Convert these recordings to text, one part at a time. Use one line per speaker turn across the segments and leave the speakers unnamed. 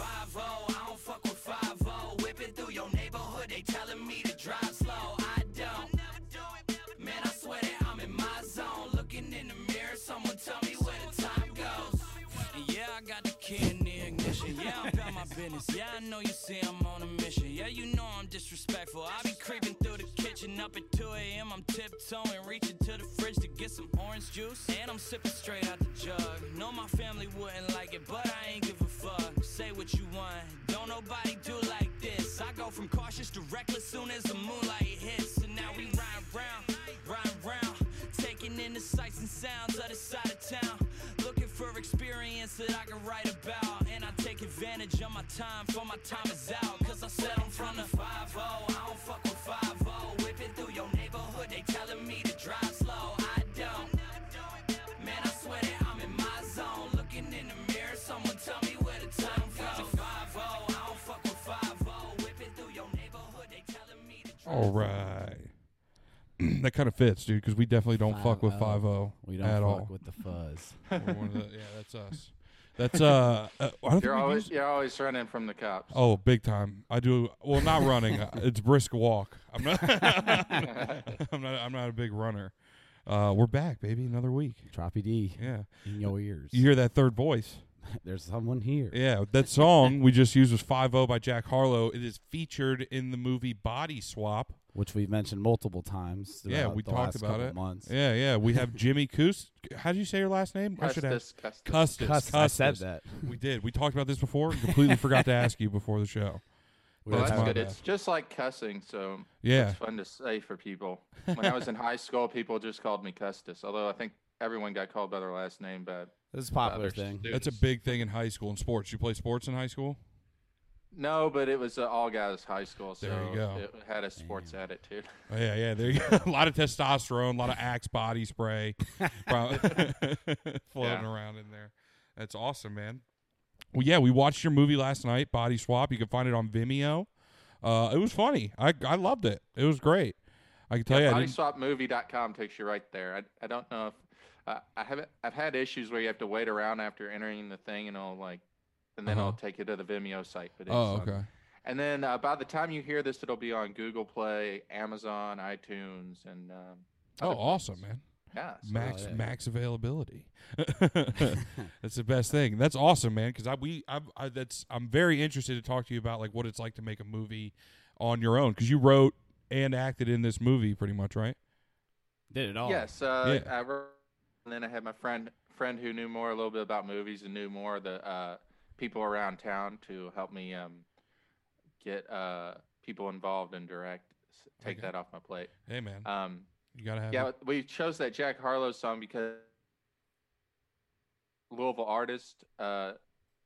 I don't fuck with 5 Whipping through your neighborhood, they telling me to drive slow. I don't. Man, I swear that I'm in my zone. Looking in the mirror, someone tell me where the time goes. And yeah, I got the key in the ignition. Yeah, I'm about my business. Yeah, I know you see I'm on a mission. Yeah, you know I'm disrespectful. I be creeping through the kitchen up at 2 a.m. I'm tiptoeing, reaching to the fridge to get some orange juice. And I'm sipping straight out the jug. No, my family wouldn't like it, but I ain't give a fuck. Say what you want. Don't nobody do like this. I go from cautious to reckless soon as the moonlight hits. And now we ride round, ride round. Taking in the sights and sounds of the side of town. Looking for experience that I can write about. And I take advantage of my time, for my time is out. Cause I said I'm from the 5 I don't fuck with 5 Whipping through your neighborhood, they telling me to drive slow. I don't. Man, I swear that I'm in my zone. Looking in the mirror, someone tell me where the time goes. 5 I don't fuck with 5 Whipping through your neighborhood, they telling me to drive
All right. that kind of fits, dude, because we definitely don't fuck with 5
5-0. We don't
at
fuck
all.
with the fuzz.
We're one of the- yeah, that's us. That's uh, uh I don't
You're
think we've
always
used-
you're always running from the cops.
Oh, big time! I do well. Not running. uh, it's brisk walk. I'm not. I'm not. I'm not a big runner. Uh, we're back, baby. Another week.
Troppy D
Yeah.
in your ears.
You hear that third voice?
There's someone here.
Yeah. That song we just used was 5 by Jack Harlow. It is featured in the movie Body Swap.
which we've mentioned multiple times.
Yeah,
throughout
we
the
talked
last
about
couple
it.
Months.
Yeah, yeah. We have Jimmy Coos. How did you say your last name? I should have
Custis, Custis.
Custis.
Cus-
Custis.
I said that.
We did. We talked about this before. and Completely forgot to ask you before the show.
Well,
That's
that's
my
good.
bad.
It's just like cussing, so
Yeah.
it's fun to say for people. When I was in high school, people just called me Custis, although I think everyone got called by their last name. But
This is a popular
other
thing.
students-
That's a big thing in high school in sports. You play sports in high school?
no, but it was uh, all guys high school, so
There you go.
it had a sports attitude.
Oh, yeah, yeah. There you go. a lot of testosterone, a lot of Axe body spray, prob- floating
Yeah.
around in there. That's awesome, man. Well, yeah, we watched your movie last night, Body Swap. You can find it on Vimeo. Uh, it was funny. I I loved it. It was great. I can tell you, I didn't,
Bodyswapmovie.com takes you right there. I, I don't know if uh, I haven't. I've had issues where you have to wait around after entering the thing, and it'll like, and then I'll
Uh-huh.
take you to the Vimeo site. But it's,
Oh,
um,
okay.
And then uh, by the time you hear this, it'll be on Google Play, Amazon, iTunes, and um,
Oh,
other
awesome,
places.
man. Mm,
Yeah. so-
max
yeah.
max availability. that's the best thing. That's awesome, man. Because I we I, I that's I'm very interested to talk to you about like what it's like to make a movie on your own because you wrote and acted in this movie pretty much, right?
Did it all.
Yes. Uh,
oh, Yeah.
I wrote, and then I had my friend friend who knew more a little bit about movies and knew more of the uh, people around town to help me um, get uh, people involved and direct. s- Take
Okay.
that off my plate.
Hey, man,
Um,
you gotta have
yeah,
it.
we chose that Jack Harlow song because Louisville artist uh,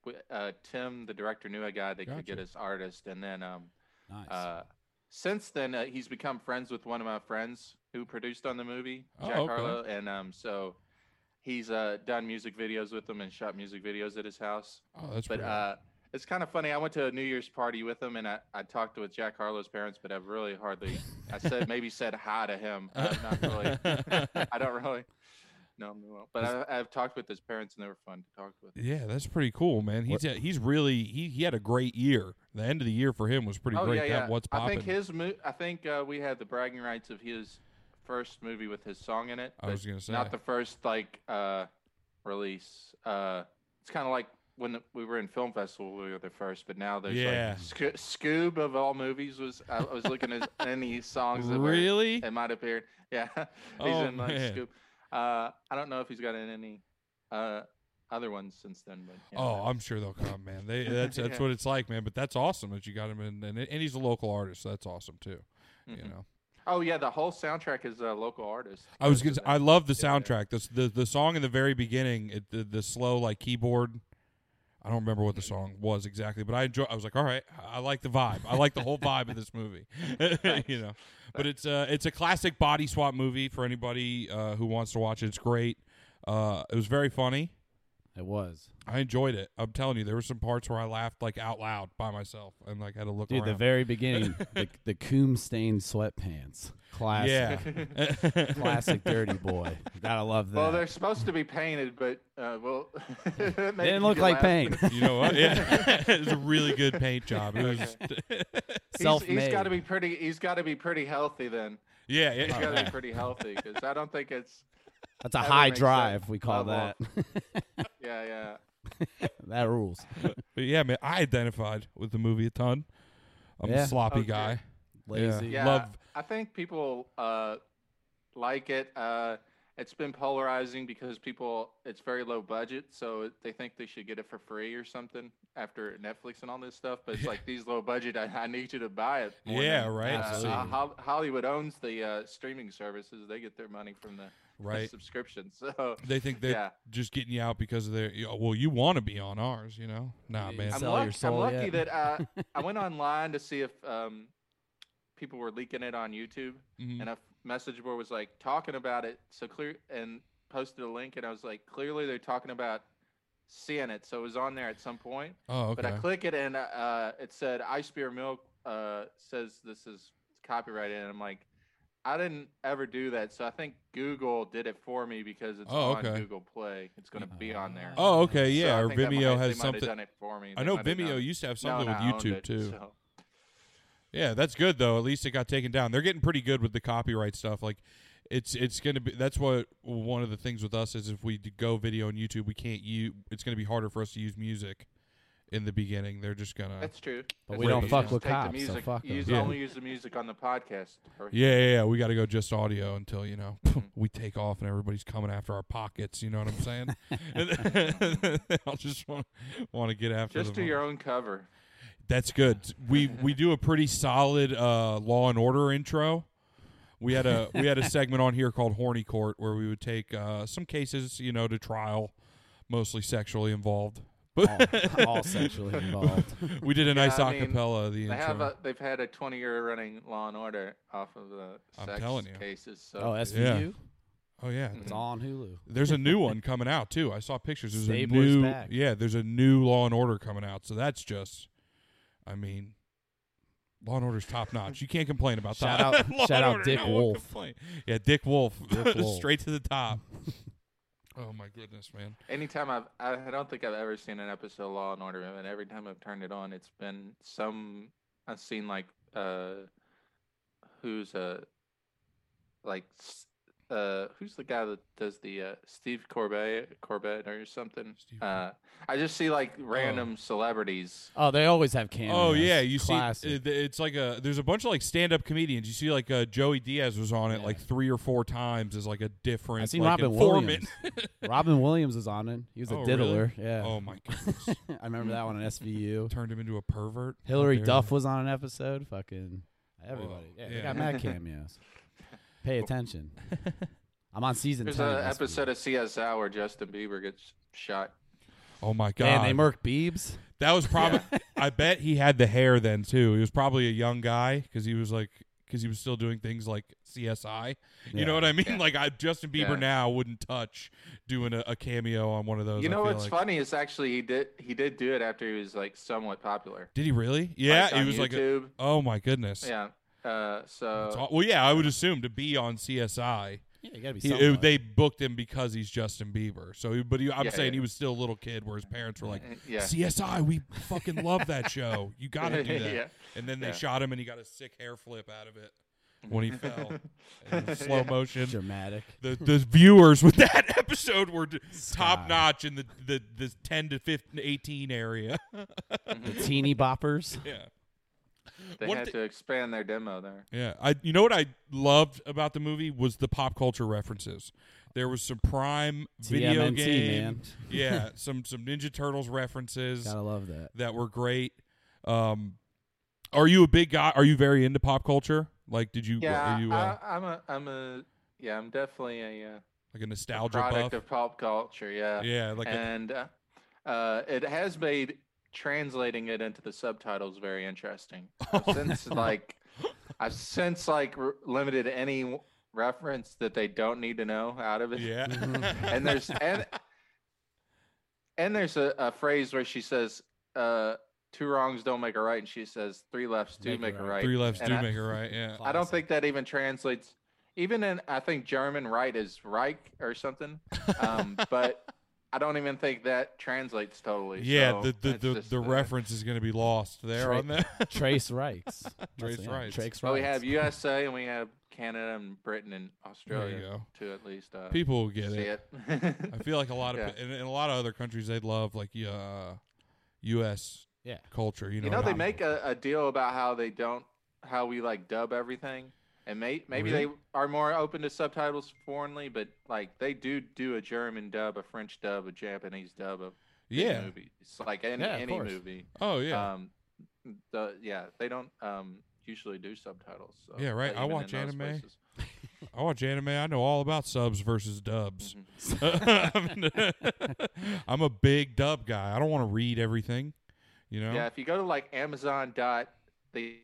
w- uh, Tim, the director, knew a guy that could get
Gotcha.
us artist, and then um,
Nice.
uh, since then, uh, he's become friends with one of my friends who produced on the movie,
Oh,
Jack
okay.
Harlow, and um, so he's uh, done music videos with him and shot music videos at his house.
Oh, that's
But
pretty-
uh, it's kind of funny. I went to a New Year's party with him, and I, I talked with Jack Harlow's parents, but I've really hardly. I said maybe said hi to him.
Uh.
i not really. I don't really. No, no, but I, I've talked with his parents, and they were fun to talk with.
yeah, that's pretty cool, man. He's he's really he he had a great year. The end of the year for him was pretty great. That what's
Oh, I
popping.
think his mo- I think uh, we had the bragging rights of his first movie with his song in it.
I
but
was gonna
not
say.
the first like uh, release. Uh, it's kind of like when the, we were in film festival, we were the first, but now there's
Yeah.
like Sco- Scoob of all movies was I was looking at any songs that were-
Really?
it might appear. Yeah, he's
Oh,
in like
man.
Scoob. Uh, I don't know if he's got in any uh, other ones since then, but yeah,
Oh, I'm sure they'll come, man. They that's that's what it's like, man. But that's awesome that you got him in, and and he's a local artist. So that's awesome too. You know,
Oh yeah, the whole soundtrack is a local artist.
I was
Goes
gonna.
to
Say,
that.
I love the soundtrack. The, the the song in the very beginning, it, the the slow like keyboard. I don't remember what the song was exactly, but I enjoy. I was like, all right, I like the vibe. I like the whole vibe of this movie. you know, but it's uh it's a classic body swap movie for anybody uh, who wants to watch it. It's great. Uh, it was very funny.
It was.
I enjoyed it. I'm telling you, there were some parts where I laughed like out loud by myself and like had to look
Dude, the
around.
very beginning, the, the coom stained sweatpants. Classic.
yeah.
Classic dirty boy. Gotta love that.
Well, they're supposed to be painted, but uh, well, it
they
made
didn't
you
look like
laugh.
paint.
You know what? Yeah, it was a really good paint job. It was,
He's,
Self made.
he's got to be pretty. He's got to be pretty healthy then.
yeah,
He's got to
yeah.
be pretty healthy because I don't think it's.
That's a
that would
high
make sense.
drive, we call that.
Level. Yeah, yeah.
that rules.
But yeah, man, I identified with the movie a ton. I'm
Yeah.
a sloppy
Okay.
guy.
Lazy.
Yeah,
Love-
I think people uh, like it. Uh, it's been polarizing because people, it's very low budget, so it- they think they should get it for free or something after Netflix and all this stuff. But it's like these low budget, I, I need you to buy it. more
Yeah,
than-
right,
uh,
absolutely.
Hol- Hollywood owns the uh, streaming services; they get their money from the
Right.
subscription. So
They think they're
Yeah.
just getting you out because of their. you know, Well, you want to be on ours, you know? Nah,
Yeah,
man.
I'm,
sell your
luck- I'm
soul
lucky
yet.
that uh, I went online to see if um, people were leaking it on YouTube.
Mhm.
Mm.
and a f- message board was like talking about it so clear and posted a link and i was like clearly they're talking about seeing it so it was on there at some point
Oh, okay.
but i click it and uh, it said ice beer milk uh, says this is copyrighted and i'm like i didn't ever do that so i think google did it for me because it's
Oh,
on
okay.
google play it's going to be on there
oh, okay.
So
Yeah.
I
or
think that might-
Vimeo
they
has
might have
something.
done it for me
I
They
know
might have done
Vimeo
it.
used to have
No,
something
no, I
with
owned
YouTube,
it,
too.
so-
Yeah, that's good though. At least it got taken down. They're getting pretty good with the copyright stuff. Like, it's it's gonna be. That's what one of the things with us is if we do go video on YouTube, we can't use. It's gonna be harder for us to use music in the beginning. They're just gonna.
That's true.
But
That's
we
true.
don't
You
fuck
just
with
take the
cops, so
music-
fuck 'em.
Use
Yeah.
only use the music on the podcast. or-
yeah, yeah, yeah. We got to go just audio until you know
Mm-hmm.
we take off and everybody's coming after our pockets. You know what I'm saying? And I'll just want want to get after.
Just
them
do your own cover.
That's good. We we do a pretty solid uh, Law and Order intro. We had a we had a segment on here called Horny Court where we would take uh, some cases, you know, to trial, mostly sexually involved. But
all, all sexually involved.
we did a nice
I mean,
acapella. of the
They
intro.
have a, they've had a 20 year running Law and Order off of the
I'm
sex
telling you.
cases. So
Oh, SVU?
oh yeah,
It's all on Hulu.
there's a new one coming out too. I saw pictures. There's a
Stabler's
new
back.
yeah. There's a new Law and Order coming out. So that's just, I mean, Law and Order's top notch. You can't complain about
Shout
that.
out-
Law and
shout out
Order,
Dick
no one
Wolf.
complain. Yeah, Dick Wolf,
Dick Wolf.
straight to the top. oh my goodness, man.
anytime I've I don't think I've ever seen an episode of Law and Order, and every time I've turned it on, it's been some. I've seen like uh, who's uh, like s- uh, who's the guy that does the uh, Steve Corbett Corbett or something.
Steve
Uh, I just see like random celebrities.
Oh, they always have cameras.
Oh yeah, you
Classic.
see, it- it's like a there's a bunch of like stand up comedians. You see, like uh, Joey Diaz was on it
Yeah.
like three or four times as like a different.
I seen
uh, like,
Robin
informant.
Williams. Robin Williams is on it. He was a
Oh, really?
diddler. Yeah.
Oh my goodness,
I remember that one on SVU.
turned him into a pervert. How
Hillary
dare
Duff
you.
was on an episode. Fucking everybody.
Whoa.
Yeah,
Oh, Yeah.
They got mad cameos. Pay attention. I'm on season
There's
10.
an
of SVU.
episode of CSI where Justin Bieber gets shot.
Oh my god,
Man, they murk Beebs.
That was probably. I bet he had the hair then too. He was probably a young guy because he was like because he was still doing things like CSI. You
Yeah.
know what I mean?
Yeah.
Like I, Justin Bieber
Yeah.
now wouldn't touch doing a, a cameo on one of those.
You
I
know
feel
what's
like.
funny is actually he did he did do it after he was like somewhat popular.
Did he really? Yeah,
Like,
he
on
was like, a-
YouTube.
oh my goodness.
yeah. Uh,
That's
so
aw- well, yeah, I would assume to be on CSI,
Yeah, you gotta be.
he, it-
somewhat.
they booked him because he's Justin Bieber. So, he- but he, I'm
Yeah,
saying
yeah.
he was still a little kid, where his parents were like,
uh, yeah.
"CSI, we fucking love that show. You got to do that."
Yeah.
And then they
Yeah.
shot him, and he got a sick hair flip out of it when he fell. And it was
Yeah.
slow motion.
dramatic.
The, the viewers with that episode were top
Sky.
notch in the, the, the 10 to 15, 18 area.
The teeny boppers.
yeah.
They
What
had
the-
to expand their demo there.
Yeah, I you know what I loved about the movie was the pop culture references. There was some prime video
TMNT,
game,
man.
yeah, some some Ninja Turtles references
Gotta love that.
that were great. Um, are you a big guy? Are you very into pop culture? Like, did you?
Yeah,
are you uh,
I, I'm a I'm a yeah I'm definitely a, uh,
like a
a
nostalgia
product
buff?
of pop culture. Yeah.
yeah, like a,
and uh, uh, it has made translating it into the subtitles very interesting. I've since like I've since like r limited any w- reference that they don't need to know out of it.
yeah.
And there's and and there's a, a phrase where she says, uh, two wrongs don't make a right. And she says, three lefts do make, a right.
Three lefts
And
do
I-
make it right. Yeah.
I don't think that even translates. Even in, I think German right is Reich or something, um, but I don't even think that translates totally.
Yeah,
so
the the,
that's
the,
just,
the
uh,
reference is going to be lost there
Tra-
on that.
Trace Reichs.
Trace Reichs.
Trace
Well, we
Reichs.
have USA and we have Canada and Britain and
there you
Australia
go.
to at least uh,
People will get
see
it.
it.
I feel like a lot of
Yeah.
pe- in, in a lot of other countries they love like uh, U.S.
Yeah.
culture. You
you
know,
know,
and
they
I-
make a, a deal about how they don't, how we like dub everything, and may, maybe
Oh, Really?
they are more open to subtitles foreignly, but like they do do a German dub, a French dub, a Japanese dub, a any
yeah.
movie. It's like any
Yeah, of
any
course.
movie.
Oh yeah,
Um, the yeah, they don't um usually do subtitles. So
Yeah, right.
but
I
even
watch
in those
anime.
places-
I watch anime. I know all about subs versus dubs.
Mhm. Mm-hmm.
I'm a big dub guy. I don't want to read everything. You know.
Yeah, if you go to like Amazon dot the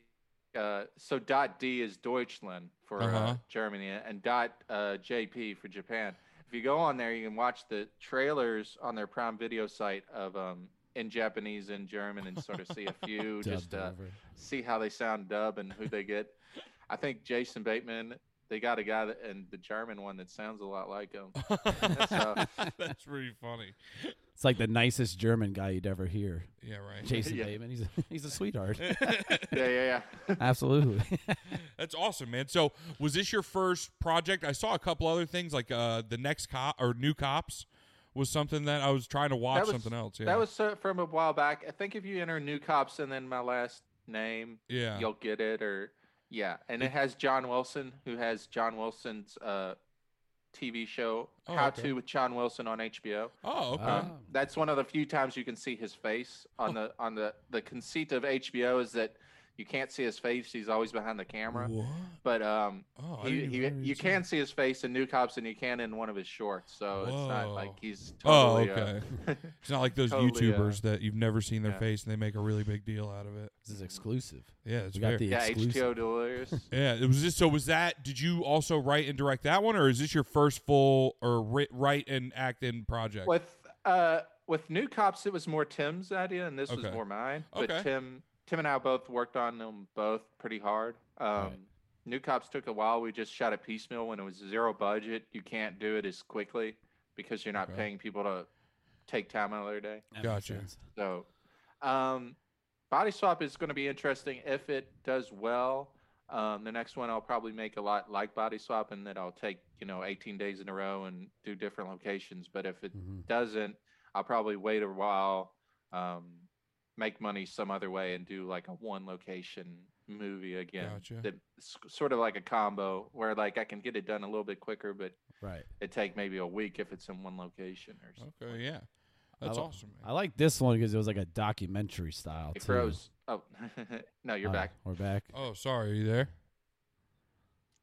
uh so dot D is Deutschland for uh,
Uh-huh.
Germany and dot uh, JP for Japan. If you go on there, you can watch the trailers on their Prime Video site of um in Japanese and German and sort of see a few
Dubbed
just uh,
over.
see how they sound dub and who they get. I think Jason Bateman. They got a guy that, and the German one that sounds a lot like him. That's, uh,
That's pretty funny.
It's like the nicest German guy you'd ever hear.
Yeah. Right.
Jason
Yeah.
Bateman. He's a, he's a sweetheart.
yeah, yeah, yeah.
Absolutely.
That's awesome, man. So, was this your first project? I saw a couple other things like uh the next cop or new cops was something that I was trying to watch
was-
something else. Yeah.
That was uh, from a while back. I think if you enter New Cops and then my last name,
yeah.
you'll get it. Or yeah, and it has John Wilson, who has John Wilson's uh, TV show
Oh,
How
okay.
to with John Wilson on HBO.
Oh, okay.
Ah.
Um, that's one of the few times you can see his face on the on the the conceit of HBO is that you can't see his face. He's always behind the camera.
What?
But um,
Oh, I
he,
didn't
he,
even
you
realize
can see his face in New Cops, and you can in one of his shorts. So it's not like
Whoa.
he's
Oh,
totally.
okay.
Uh,
It's not like those
Totally, uh,
YouTubers that you've never seen their
yeah.
face and they make a really big deal out of it.
this is exclusive.
Yeah, it's
We got
weird.
the
yeah,
exclusive.
HBO Delirious.
yeah, it was this. So was that? Did you also write and direct that one, or is this your first full or ri- write and act in project?
with uh, with New Cops, it was more Tim's idea, and this
Okay.
was more mine.
Okay.
But Tim, Tim and I both worked on them both pretty hard. Um,
Right.
New Cops took a while. We just shot a piecemeal when it was zero budget. You can't do it as quickly because you're not
Okay.
paying people to take time out of their day.
That makes
Gotcha.
sense.
So, um, Body Swap is going to be interesting if it does well. Um, the next one I'll probably make a lot like Body Swap, and that I'll take you know 18 days in a row and do different locations. But if it
Mhm.
doesn't, I'll probably wait a while, um, make money some other way, and do like a one location movie again.
Gotcha.
That s- sort of like a combo where like I can get it done a little bit quicker, but
Right.
it take maybe a week if it's in one location or something.
okay, yeah, that's
I-
awesome. Man.
I like this one because it was like a documentary style.
It
too.
froze. Oh no, you're
Oh,
back.
We're back.
oh, sorry, are you there?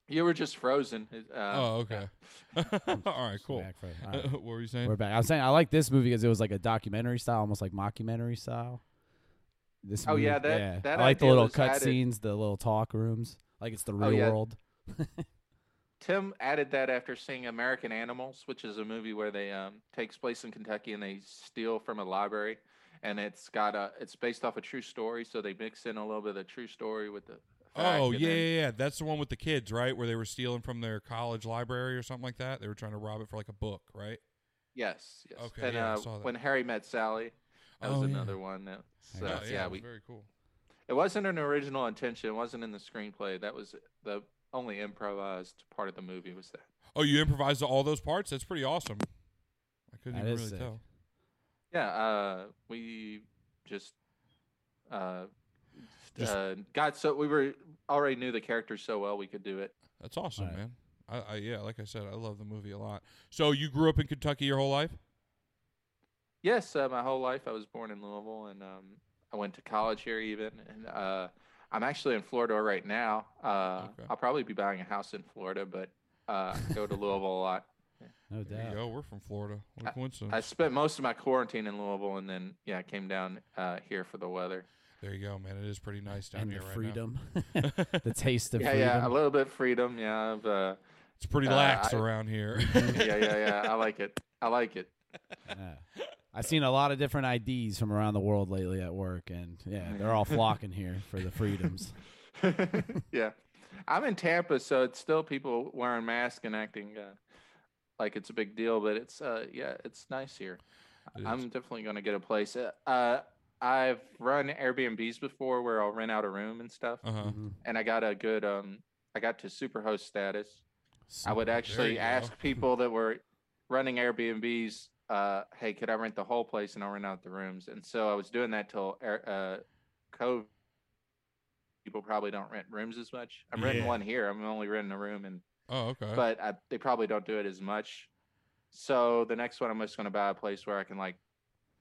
You were just frozen. it- Uh,
oh, okay. All right, cool.
Back for- all right.
what were you saying?
We're back. I'm saying I like this movie because it was like a documentary style, almost like mockumentary style. This
Oh,
movie-
yeah, that-
yeah.
that
I like the
idea
little
was
cut
added- Oh,
scenes, the little talk rooms, like it's the real
yeah.
world.
Tim added that after seeing American Animals, which is a movie where they um, takes place in Kentucky and they steal from a library, and it's got a it's based off a true story, so they mix in a little bit of the true story with the. fact,
Oh
and
yeah,
then-
yeah, yeah. That's the one with the kids, right? Where they were stealing from their college library or something like that. They were trying to rob it for like a book, right?
Yes. yes.
Okay,
And
yeah, I
uh,
saw that.
when Harry met Sally, that was
Oh, yeah.
another one. That, so,
Yeah,
yeah,
Oh, it was
we,
very cool.
it wasn't an original intention. It wasn't in the screenplay. That was the only improvised part of the movie. Was that?
Oh, you improvised all those parts. That's pretty awesome. I couldn't
That
even
is
really
sick.
tell.
Yeah, uh, we just, uh,
Just-
uh, got so we were already knew the character so well we could do it.
That's awesome,
Right.
man. I, I yeah, like I said, I love the movie a lot. So you grew up in Kentucky your whole life?
Yes, uh, my whole life I was born in Louisville, and um, I went to college here even, and uh, I'm actually in Florida right now. Uh,
Okay.
I'll probably be buying a house in Florida, but uh, I go to Louisville a lot.
No
There
doubt.
you go. We're from Florida. What a coincidence.
I spent most of my quarantine in Louisville, and then yeah, I came down uh, here for the weather.
there you go, man. It is pretty nice down
And
here
the
right
freedom, the taste of
yeah,
freedom.
yeah, a little bit of freedom. Yeah, of, uh,
now. It's pretty
Uh,
lax
I-
around here.
yeah, yeah, yeah. I like it. I like it.
Yeah. I've seen a lot of different IDs from around the world lately at work, and yeah, they're all flocking here for the freedoms.
yeah. I'm in Tampa, so it's still people wearing masks and acting uh, like it's a big deal, but it's uh, yeah, it's nice here.
It
I'm definitely going to get a place. Uh, Uh, I've run Airbnbs before where I'll rent out a room and stuff,
Uh huh.
Mhm.
and I got a good um, I got to superhost status. I would
you
actually
go.
ask people that were running Airbnbs, uh, hey, could I rent the whole place and I'll rent out the rooms? And so I was doing that till air, uh, COVID. People probably don't rent rooms as much. I'm renting
Yeah.
one here. I'm only renting a room, and
Oh, okay.
but I, they probably don't do it as much. So the next one, I'm just going to buy a place where I can like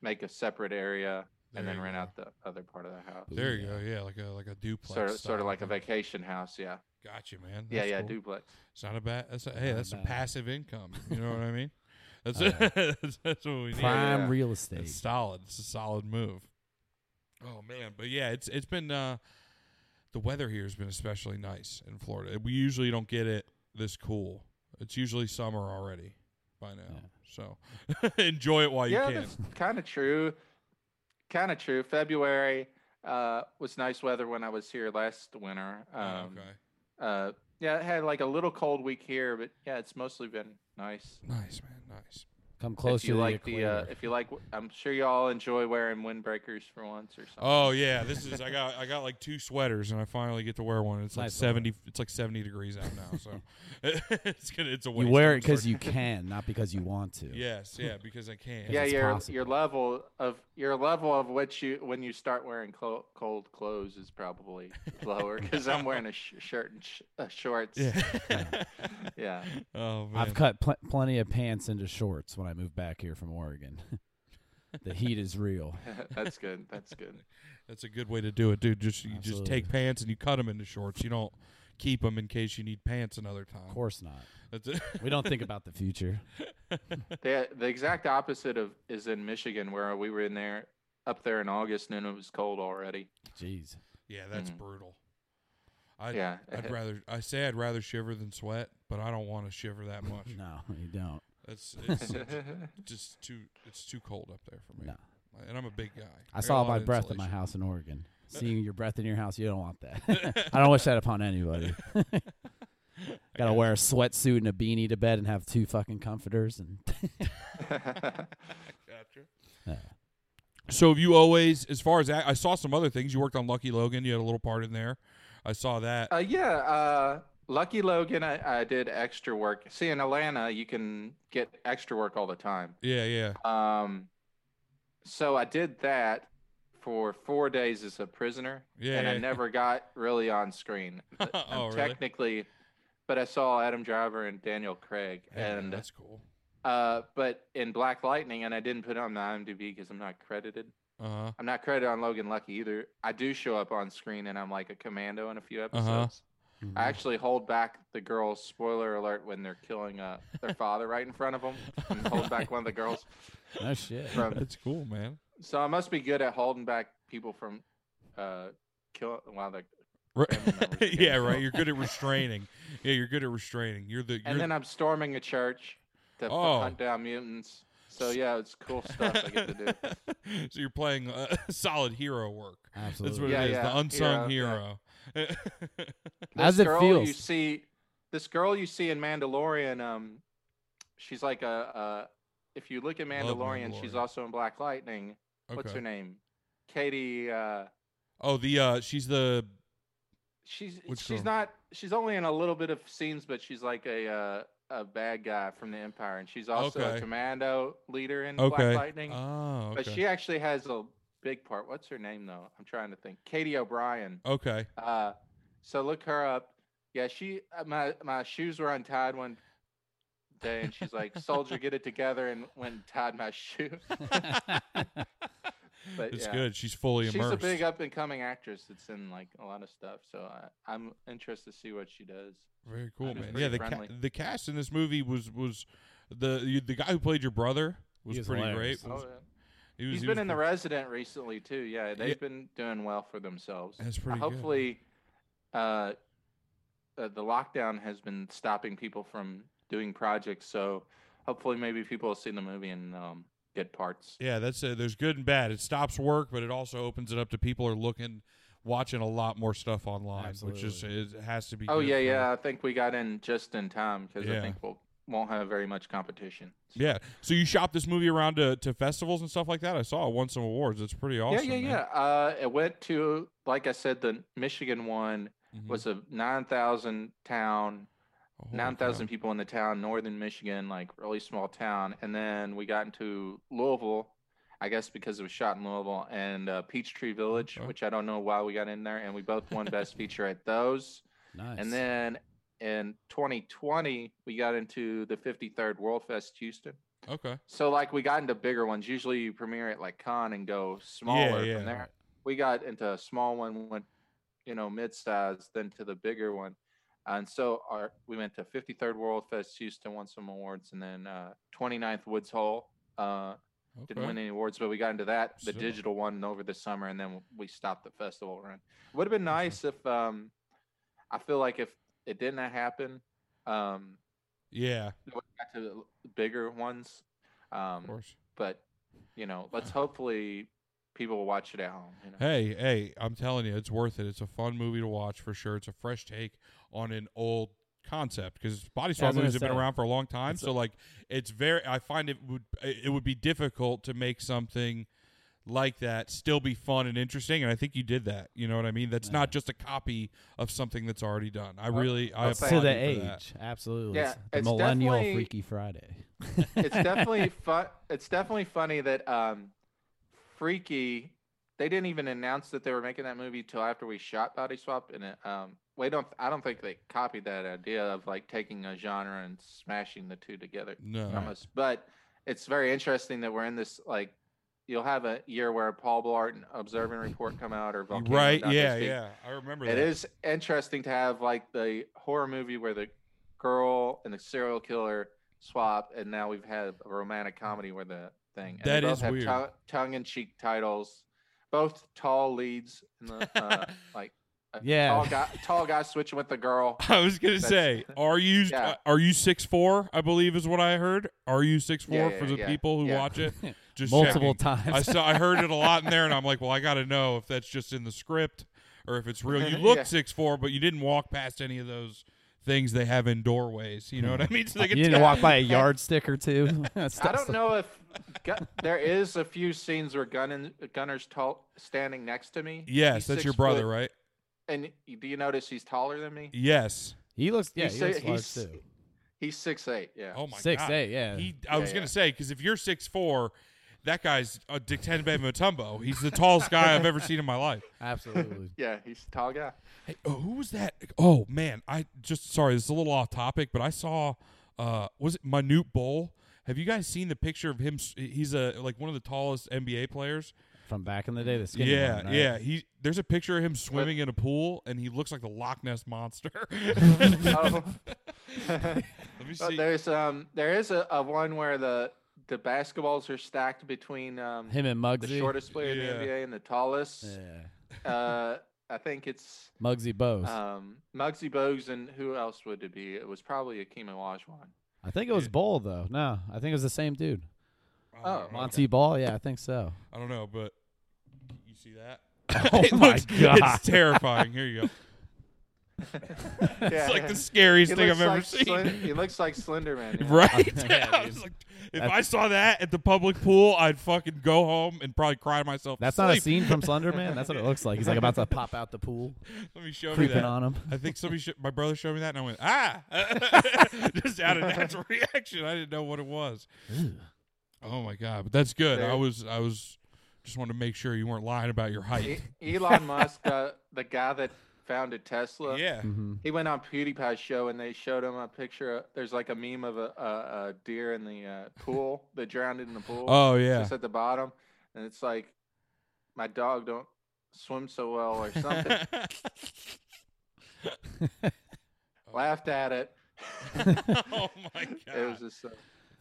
make a separate area and
There
then
you
rent
go.
out the other part of the house.
There you go. Yeah, like a like a duplex.
Sort of, sort
style
of like a
thing.
vacation house. Yeah,
Got you, man.
yeah,
That's
yeah,
cool.
duplex.
It's not a bad. That's a, hey,
Not
that's some
bad.
passive income. You know what I mean? That's
Oh,
that's, that's what we need.
Prime
Yeah.
real estate.
It's solid. It's a solid move. Oh man, but yeah, it's it's been uh, the weather here has been especially nice in Florida. We usually don't get it this cool. It's usually summer already by now.
Yeah.
So enjoy it while Oh, you
yeah,
can.
that's kind of true. Kind of true. February uh, was nice weather when I was here last winter. Um,
Oh, okay.
uh, yeah, it had like a little cold week here, but yeah, it's mostly been nice.
Nice man. Nice.
Come close
if you
to
like
the,
the, uh,
equator.
if you like, I'm sure you all enjoy wearing windbreakers for once or something.
Oh yeah, this is I got I got like two sweaters and I finally get to wear one. It's like
Nice weather.
seventy. It's like seventy degrees out now, so it's gonna it's a waste.
you wear
I'm
it because
sorry.
you can, not because you want to.
Yes, yeah, because I can.
yeah,
it's
your
possible.
your level of your level of which you when you start wearing clo- cold clothes is probably lower because I'm wearing a sh- shirt and sh- uh, shorts.
Yeah.
yeah.
oh man.
I've cut pl- plenty of pants into shorts when I moved back here from Oregon. the heat is real.
that's good. That's good.
That's a good way to do it, dude. Just you just
Absolutely.
take pants and you cut them into shorts. You don't keep them in case you need pants another time.
Of course not.
That's it.
We don't think about the future.
The the exact opposite of is in Michigan where we were in there up there in August and it was cold already.
Jeez.
Yeah, that's
Mhm.
brutal. I
yeah.
I'd rather I say I'd rather shiver than sweat, but I don't want to shiver that much.
No, you don't.
It's, it's just too it's too cold up there for me.
No.
And I'm a big guy.
I
got a
saw
lot
my
of
breath in my
insulation.
house in Oregon. Seeing your breath in your house, you don't want that. I don't wish that upon anybody. Gotta wear a sweatsuit and a beanie to bed and have two fucking comforters and Yeah.
So have you always, as far as that, I saw some other things. You worked on Lucky Logan. You had a little part in there. I saw that.
uh, yeah, uh Lucky Logan I, I did extra work. See in Atlanta you can get extra work all the time.
yeah, yeah.
Um so I did that for 4 days as a prisoner
Yeah,
and
yeah.
I never got really on screen. I'm
oh, really?
technically but I saw Adam Driver and Daniel Craig
Yeah,
and
that's cool.
Uh, but in Black Lightning, and I didn't put it on the IMDb because I'm not credited.
Uh huh.
I'm not credited on Logan Lucky either. I do show up on screen, and I'm like a commando in a few
Uh-huh.
episodes. I
Mm-hmm.
actually hold back the girls. Spoiler alert: when they're killing uh, their father right in front of them, and hold back one of the girls.
no shit.
From
That's cool, man.
so I must be good at holding back people from uh, kill while they're.
Right.
Family members are
yeah,
getting
right.
killed.
You're good at restraining. yeah, you're good at restraining. You're the. You're
And then I'm storming a church to f-
Oh.
hunt down mutants. So yeah, it's cool stuff I get to do.
so you're playing uh, solid hero work. That's what
Absolutely.
Yeah,
it is.
yeah,
The unsung
hero,
hero.
How's it
girl
feels?
You see this girl you see in Mandalorian. Um, she's like a. Uh, if you look at
Love
Mandalorian, she's
Mandalorian.
also in Black Lightning. What's her
Okay.
name? Katie. Uh,
Oh, the uh, she's the
she's
Which
she's
girl?
not. She's only in a little bit of scenes, but she's like a uh, a bad guy from the Empire, and she's also
Okay.
a commando leader in
okay.
Black Lightning.
Oh, okay.
But she actually has a big part. What's her name though? I'm trying to think. Katie O'Brien.
okay.
Uh, so look her up. Yeah, she uh, my my shoes were untied one day, and she's like, "Soldier, get it together!" And went and tied my shoe. But
it's
yeah.
good. She's fully
She's a
immersed.
big up and coming actress that's in like a lot of stuff. So I, I'm interested to see what she does.
Very cool,
She's
man.
pretty
Yeah, the ca-
friendly.
the cast in this movie was was the you- the guy who played your brother was,
He was
pretty
hilarious.
great.
Oh,
Was-
yeah.
he was,
He's
he
been
was
in The
pretty-
Resident recently too. Yeah, they've been doing well for themselves.
That's
Uh,
pretty. good.
Hopefully, uh, uh, the lockdown has been stopping people from doing projects. So hopefully, maybe people will see the movie and um, good parts.
Yeah, that's uh, there's good and bad. It stops work, but it also opens it up to people are looking, watching a lot more stuff online, which is it has to be.
Oh
good
yeah,
for-
yeah. I think we got in just in time because
Yeah.
I think we'll won't have very much competition.
yeah. So you shop this movie around to, to festivals and stuff like that. I saw it won some awards. It's pretty awesome.
yeah, yeah,
man.
yeah. Uh, it went to like I said, the Michigan one
Mhm.
was a nine thousand town,
Oh, Holy cow.
nine thousand people in the town, northern Michigan, like really small town. And then we got into Louisville, I guess because it was shot in Louisville and uh, Peachtree Village,
Okay.
which I don't know why we got in there, and we both won best feature at those.
Nice.
And then in 2020, we got into the 53rd World Fest Houston.
Okay.
So like we got into bigger ones. Usually you premiere at like con and go smaller
yeah.
from there. We got into a small one, went you know mid size, then to the bigger one, and so our we went to 53rd World Fest Houston, won some awards, and then uh, 29th Woods Hole. Uh,
okay.
didn't win any awards, but we got into that the
So-
digital one over the summer, and then we stopped the festival run. Would have been nice if um, I feel like if it didn't happen, um,
Yeah,
we got to the l- bigger ones.
of
Um,
course.
but you know, let's hopefully people will watch it at home. You know?
Hey, hey, I'm telling you, it's worth it. It's a fun movie to watch for sure. It's a fresh take on an old concept because body
I
swap
was gonna
movies have been
say,
around for a long time.
it's
So like, it's very. I find it would it would be difficult to make something like that still be fun and interesting. And I think you did that. You know what I mean? That's not just a copy of something that's already done. I really, I
I'll say-
applaud
to
you
Thank
the
for
age,
that.
absolutely.
Yeah,
It's the
it's
millennial
definitely-
Freaky Friday.
It's definitely fun. It's definitely funny that um, Freaky. They didn't even announce that they were making that movie till after we shot Body Swap, and it, um, we don't. I don't think they copied that idea of like taking a genre and smashing the two together.
No,
almost. But it's very interesting that we're in this like. You'll have a year where Paul Blart and Observe and Report come out, or Volcano
right?
Dr.
Yeah,
Steve.
yeah. I remember
It
that.
is interesting to have like the horror movie where the girl and the serial killer swap, and now we've had a romantic comedy where the thing. And they
That
both
is
have
weird.
tongue- tongue-in-cheek titles, both tall leads, in the, uh, like a
Yeah.
tall guy, tall guy switching with the girl.
I was gonna
That's-
say, are you
Yeah.
are you six four? I believe is what I heard. Are you six four
Yeah, yeah,
for the
yeah,
people who
yeah.
watch it? Just
Multiple
checking. I
times.
saw I heard it a lot in there, and I'm like, well, I gotta know if that's just in the script or if it's real. You look
Yeah.
six four, but you didn't walk past any of those things they have in doorways. You know what I mean? So they
Hmm. you
can
didn't
tell-
walk by a yardstick or two.
I don't know if gu- there is a few scenes where Gunn Gunner's tall standing next to me.
Yes,
He's
that's
six
your brother,
foot,
right?
And y- do you notice he's taller than me?
Yes.
He looks. Yeah,
He's
he
si-
looks large
he's-
too.
He's six eight. Yeah.
Oh my
Six
god.
eight. Yeah.
He, I
Yeah,
was
yeah.
gonna say because if you're six four, that guy's a Dick Tenbe Mutombo. He's the tallest guy I've ever seen in my life.
Absolutely.
Yeah, he's a tall guy.
Hey, oh, who was that? Oh man, I just sorry. This is a little off topic, but I saw. Uh, was it Manute Bowl? Have you guys seen the picture of him? S- He's a like one of the tallest NBA players.
From back in the day, the skinny
yeah,
one, right?
yeah. He there's a picture of him swimming in a pool, and he looks like the Loch Ness monster.
Oh.
Let me
Well,
see.
there's um there is a, a one where the the basketballs are stacked between um
Him and Muggsy.
the shortest player
Yeah.
in the NBA and the tallest.
Yeah.
Uh, I think it's
Muggsy Bose.
um Muggsy Bogues and who else would it be? It was probably Akeem Olajuwon.
I think it was
yeah.
Bowl though. No, I think it was the same dude.
Oh,
Monty Ball. Yeah, I think so.
I don't know, but you see that?
Oh
It
my
looks-
God.
It's terrifying. Here you go.
Yeah,
It's like
yeah.
the scariest
he
thing I've
looks
ever
like
seen.
Slend- he looks like Slenderman. yeah.
Right?
Yeah,
I
dude.
was like, if
That's-
I saw that at the public pool, I'd fucking go home and probably cry myself. to
That's not a
sleep.
scene from Slender Man. That's what it looks like. He's like about to pop out the pool,
Let me show you
creeping
that.
on him.
I think somebody, sh- my brother showed me that, and I went, ah, just out of natural reaction. I didn't know what it was. Oh my god! But that's good. I
There-
was, I was, just wanted to make sure you weren't lying about your height.
E- Elon Musk, uh, the guy that founded Tesla.
yeah.
hmm
He went on PewDiePie's show and they showed him a picture. Of, there's like a meme of a, a, a deer in the uh, pool that drowned in the pool.
Oh yeah.
Just at the bottom, and it's like my dog don't swim so well or something. Laughed at it.
oh my
It
god!
was just a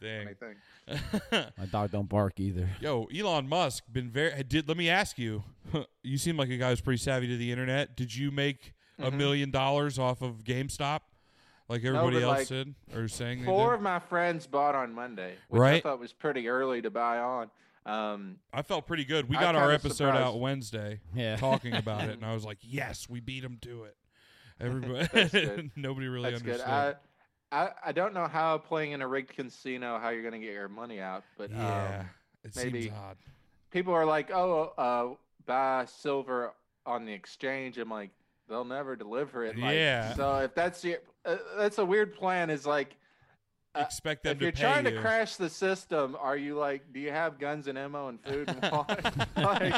funny
Dang.
thing.
My dog don't bark either.
Yo, Elon Musk been very did let me ask you. you seem like a guy who's pretty savvy to the internet. Did you make a million dollars off of GameStop? like everybody
but,
else
like,
did or saying they
Four
did?
of my friends bought on Monday, which I
Right.
thought was pretty early to buy on. Um,
I felt pretty good. We
I'm
got our
kinda
episode out
surprised.
Wednesday
Yeah.
talking about it, and I was like, yes, we beat them to it.
That's
Everybody,
good.
nobody really
that's good.
understood.
I, I I don't know how playing in a rigged casino how you're gonna get your money out, but
yeah,
um,
it
maybe-
seems odd.
people are like, oh, uh, buy silver on the exchange. I'm like, they'll never deliver it. Like,
Yeah.
So if that's your, uh, that's a weird plan. Is like, uh,
Expect them
if
to
you're
pay
trying
you.
to crash the system, are you like, do you have guns and ammo and food and water? like,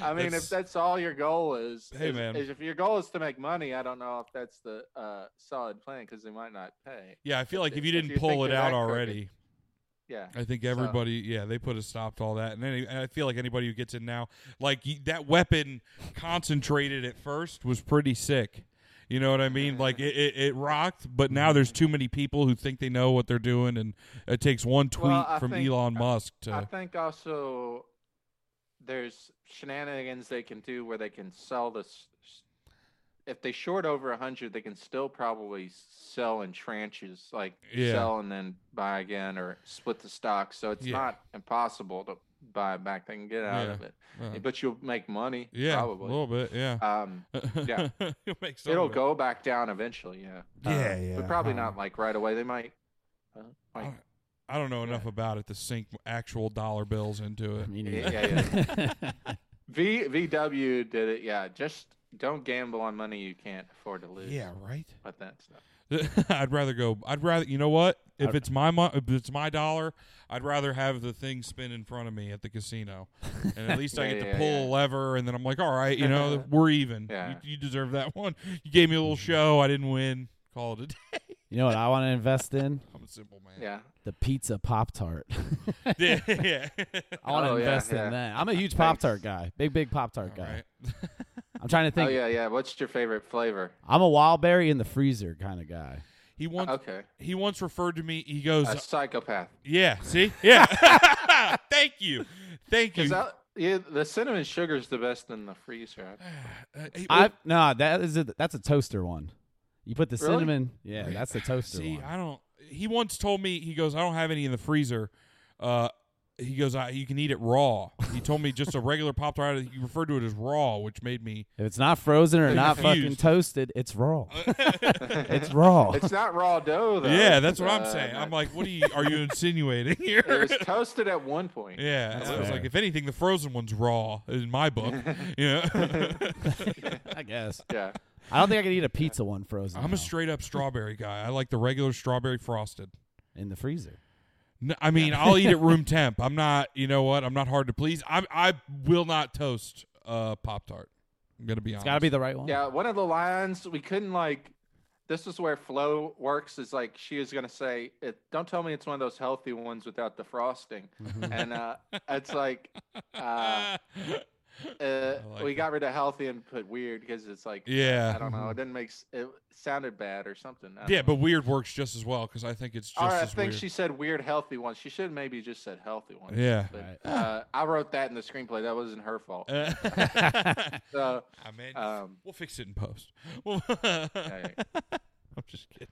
I mean,
That's-
if that's all your goal is,
Hey,
is,
man.
is if your goal is to make money, I don't know if that's the uh, solid plan because they might not pay.
yeah, I feel like if you
if
didn't
you
pull
think
it
you're
out
that crooked.
already,
Yeah.
I think everybody, yeah, they put a stop to all that. And, any, and I feel like anybody who gets in now, like y- that weapon concentrated at first was pretty sick. You know what I mean? Like it, it, it rocked, but
Mm-hmm.
now there's too many people who think they know what they're doing, and it takes one tweet
Well, I
from
think- uh,
Elon Musk to.
I think also there's shenanigans they can do where they can sell this. If they short over a hundred, they can still probably sell in tranches, like
Yeah.
sell and then buy again, or split the stock. So it's
Yeah.
not impossible to buy it back. They can get out
Yeah.
of it,
uh,
but you'll make money.
yeah, a
probably.
little bit. Yeah,
Um, yeah.
You'll make some
it'll
of it.
go back down eventually. Yeah.
Yeah,
Uh,
Um,
yeah,
But
probably.
probably not like right away. They might. Uh,
I
might
don't- I don't know enough about it to sink actual dollar bills into it.
Me
Yeah,
neither.
V VW did it. Yeah, just don't gamble on money you can't afford to lose.
Yeah, right.
but that's not.
I'd rather go. I'd rather you know what? If
I'd-
it's my mo- if it's my dollar, I'd rather have the thing spin in front of me at the casino, and at least I
Yeah,
get to
yeah,
pull a
yeah.
lever, and then I'm like, all right, you know, we're even.
Yeah.
You, you deserve that one. You gave me a little show. I didn't win. Call it a day.
you know what I want to invest in?
I'm a simple man.
Yeah,
The pizza Pop Tart.
Yeah, yeah.
I want to
Oh, yeah,
invest
yeah.
in that. I'm a huge Pop Tart guy. Big, big Pop Tart guy.
Right.
I'm trying to think.
oh yeah, yeah. What's your favorite flavor?
I'm a wild berry in the freezer kind of guy.
He once
Okay,
he once referred to me. He goes,
a psychopath.
yeah. See, yeah. Thank you, thank you.
Because yeah, the cinnamon sugar is the best in the freezer.
Uh, he-
I no, that is a, that's a toaster one. You put the
Really?
cinnamon. Yeah, that's the toaster
See,
one.
I don't. He once told me he goes, I don't have any in the freezer. Uh, he goes, I, you can eat it raw. He told me just a regular pop tart. He referred to it as raw, which made me.
if it's not frozen or not fucking
Confused.
toasted, it's raw. it's raw.
It's not raw dough though.
Oh. yeah,
It's,
that's what I'm
uh,
saying. I'm
not-
like, what are you? Are you insinuating
It
here?
was toasted at one point.
yeah,
That's
I was
fair.
like, if anything, the frozen one's raw in my book. You know,
I guess.
Yeah.
I don't think I could eat a pizza one frozen.
I'm
though,
a straight up strawberry guy. I like the regular strawberry frosted.
in the freezer.
N- I mean, I'll eat at room temp. I'm not, you know what? I'm not hard to please. I I will not toast uh, pop tart. I'm gonna be honest.
It's got to be the right one.
Yeah, one of the lines we couldn't like. This is where Flo works. Is like she was gonna say, it, "Don't tell me it's one of those healthy ones without the frosting,"
Mm-hmm.
and uh, it's like uh, uh,
like
we
it.
got rid of healthy and put weird because it's like I
yeah, Mm-hmm.
don't know, it didn't make s- it sounded bad or something. I
yeah,
don't
but
know.
weird works just as well because I think it's just
Or I
as
think
weird.
she said weird healthy ones. She should maybe just said healthy ones.
Yeah.
but,
Right.
uh, I wrote that in the screenplay. That wasn't her fault.
Uh,
So
I mean,
um,
we'll fix it in post. Well, I'm
hey,
just kidding.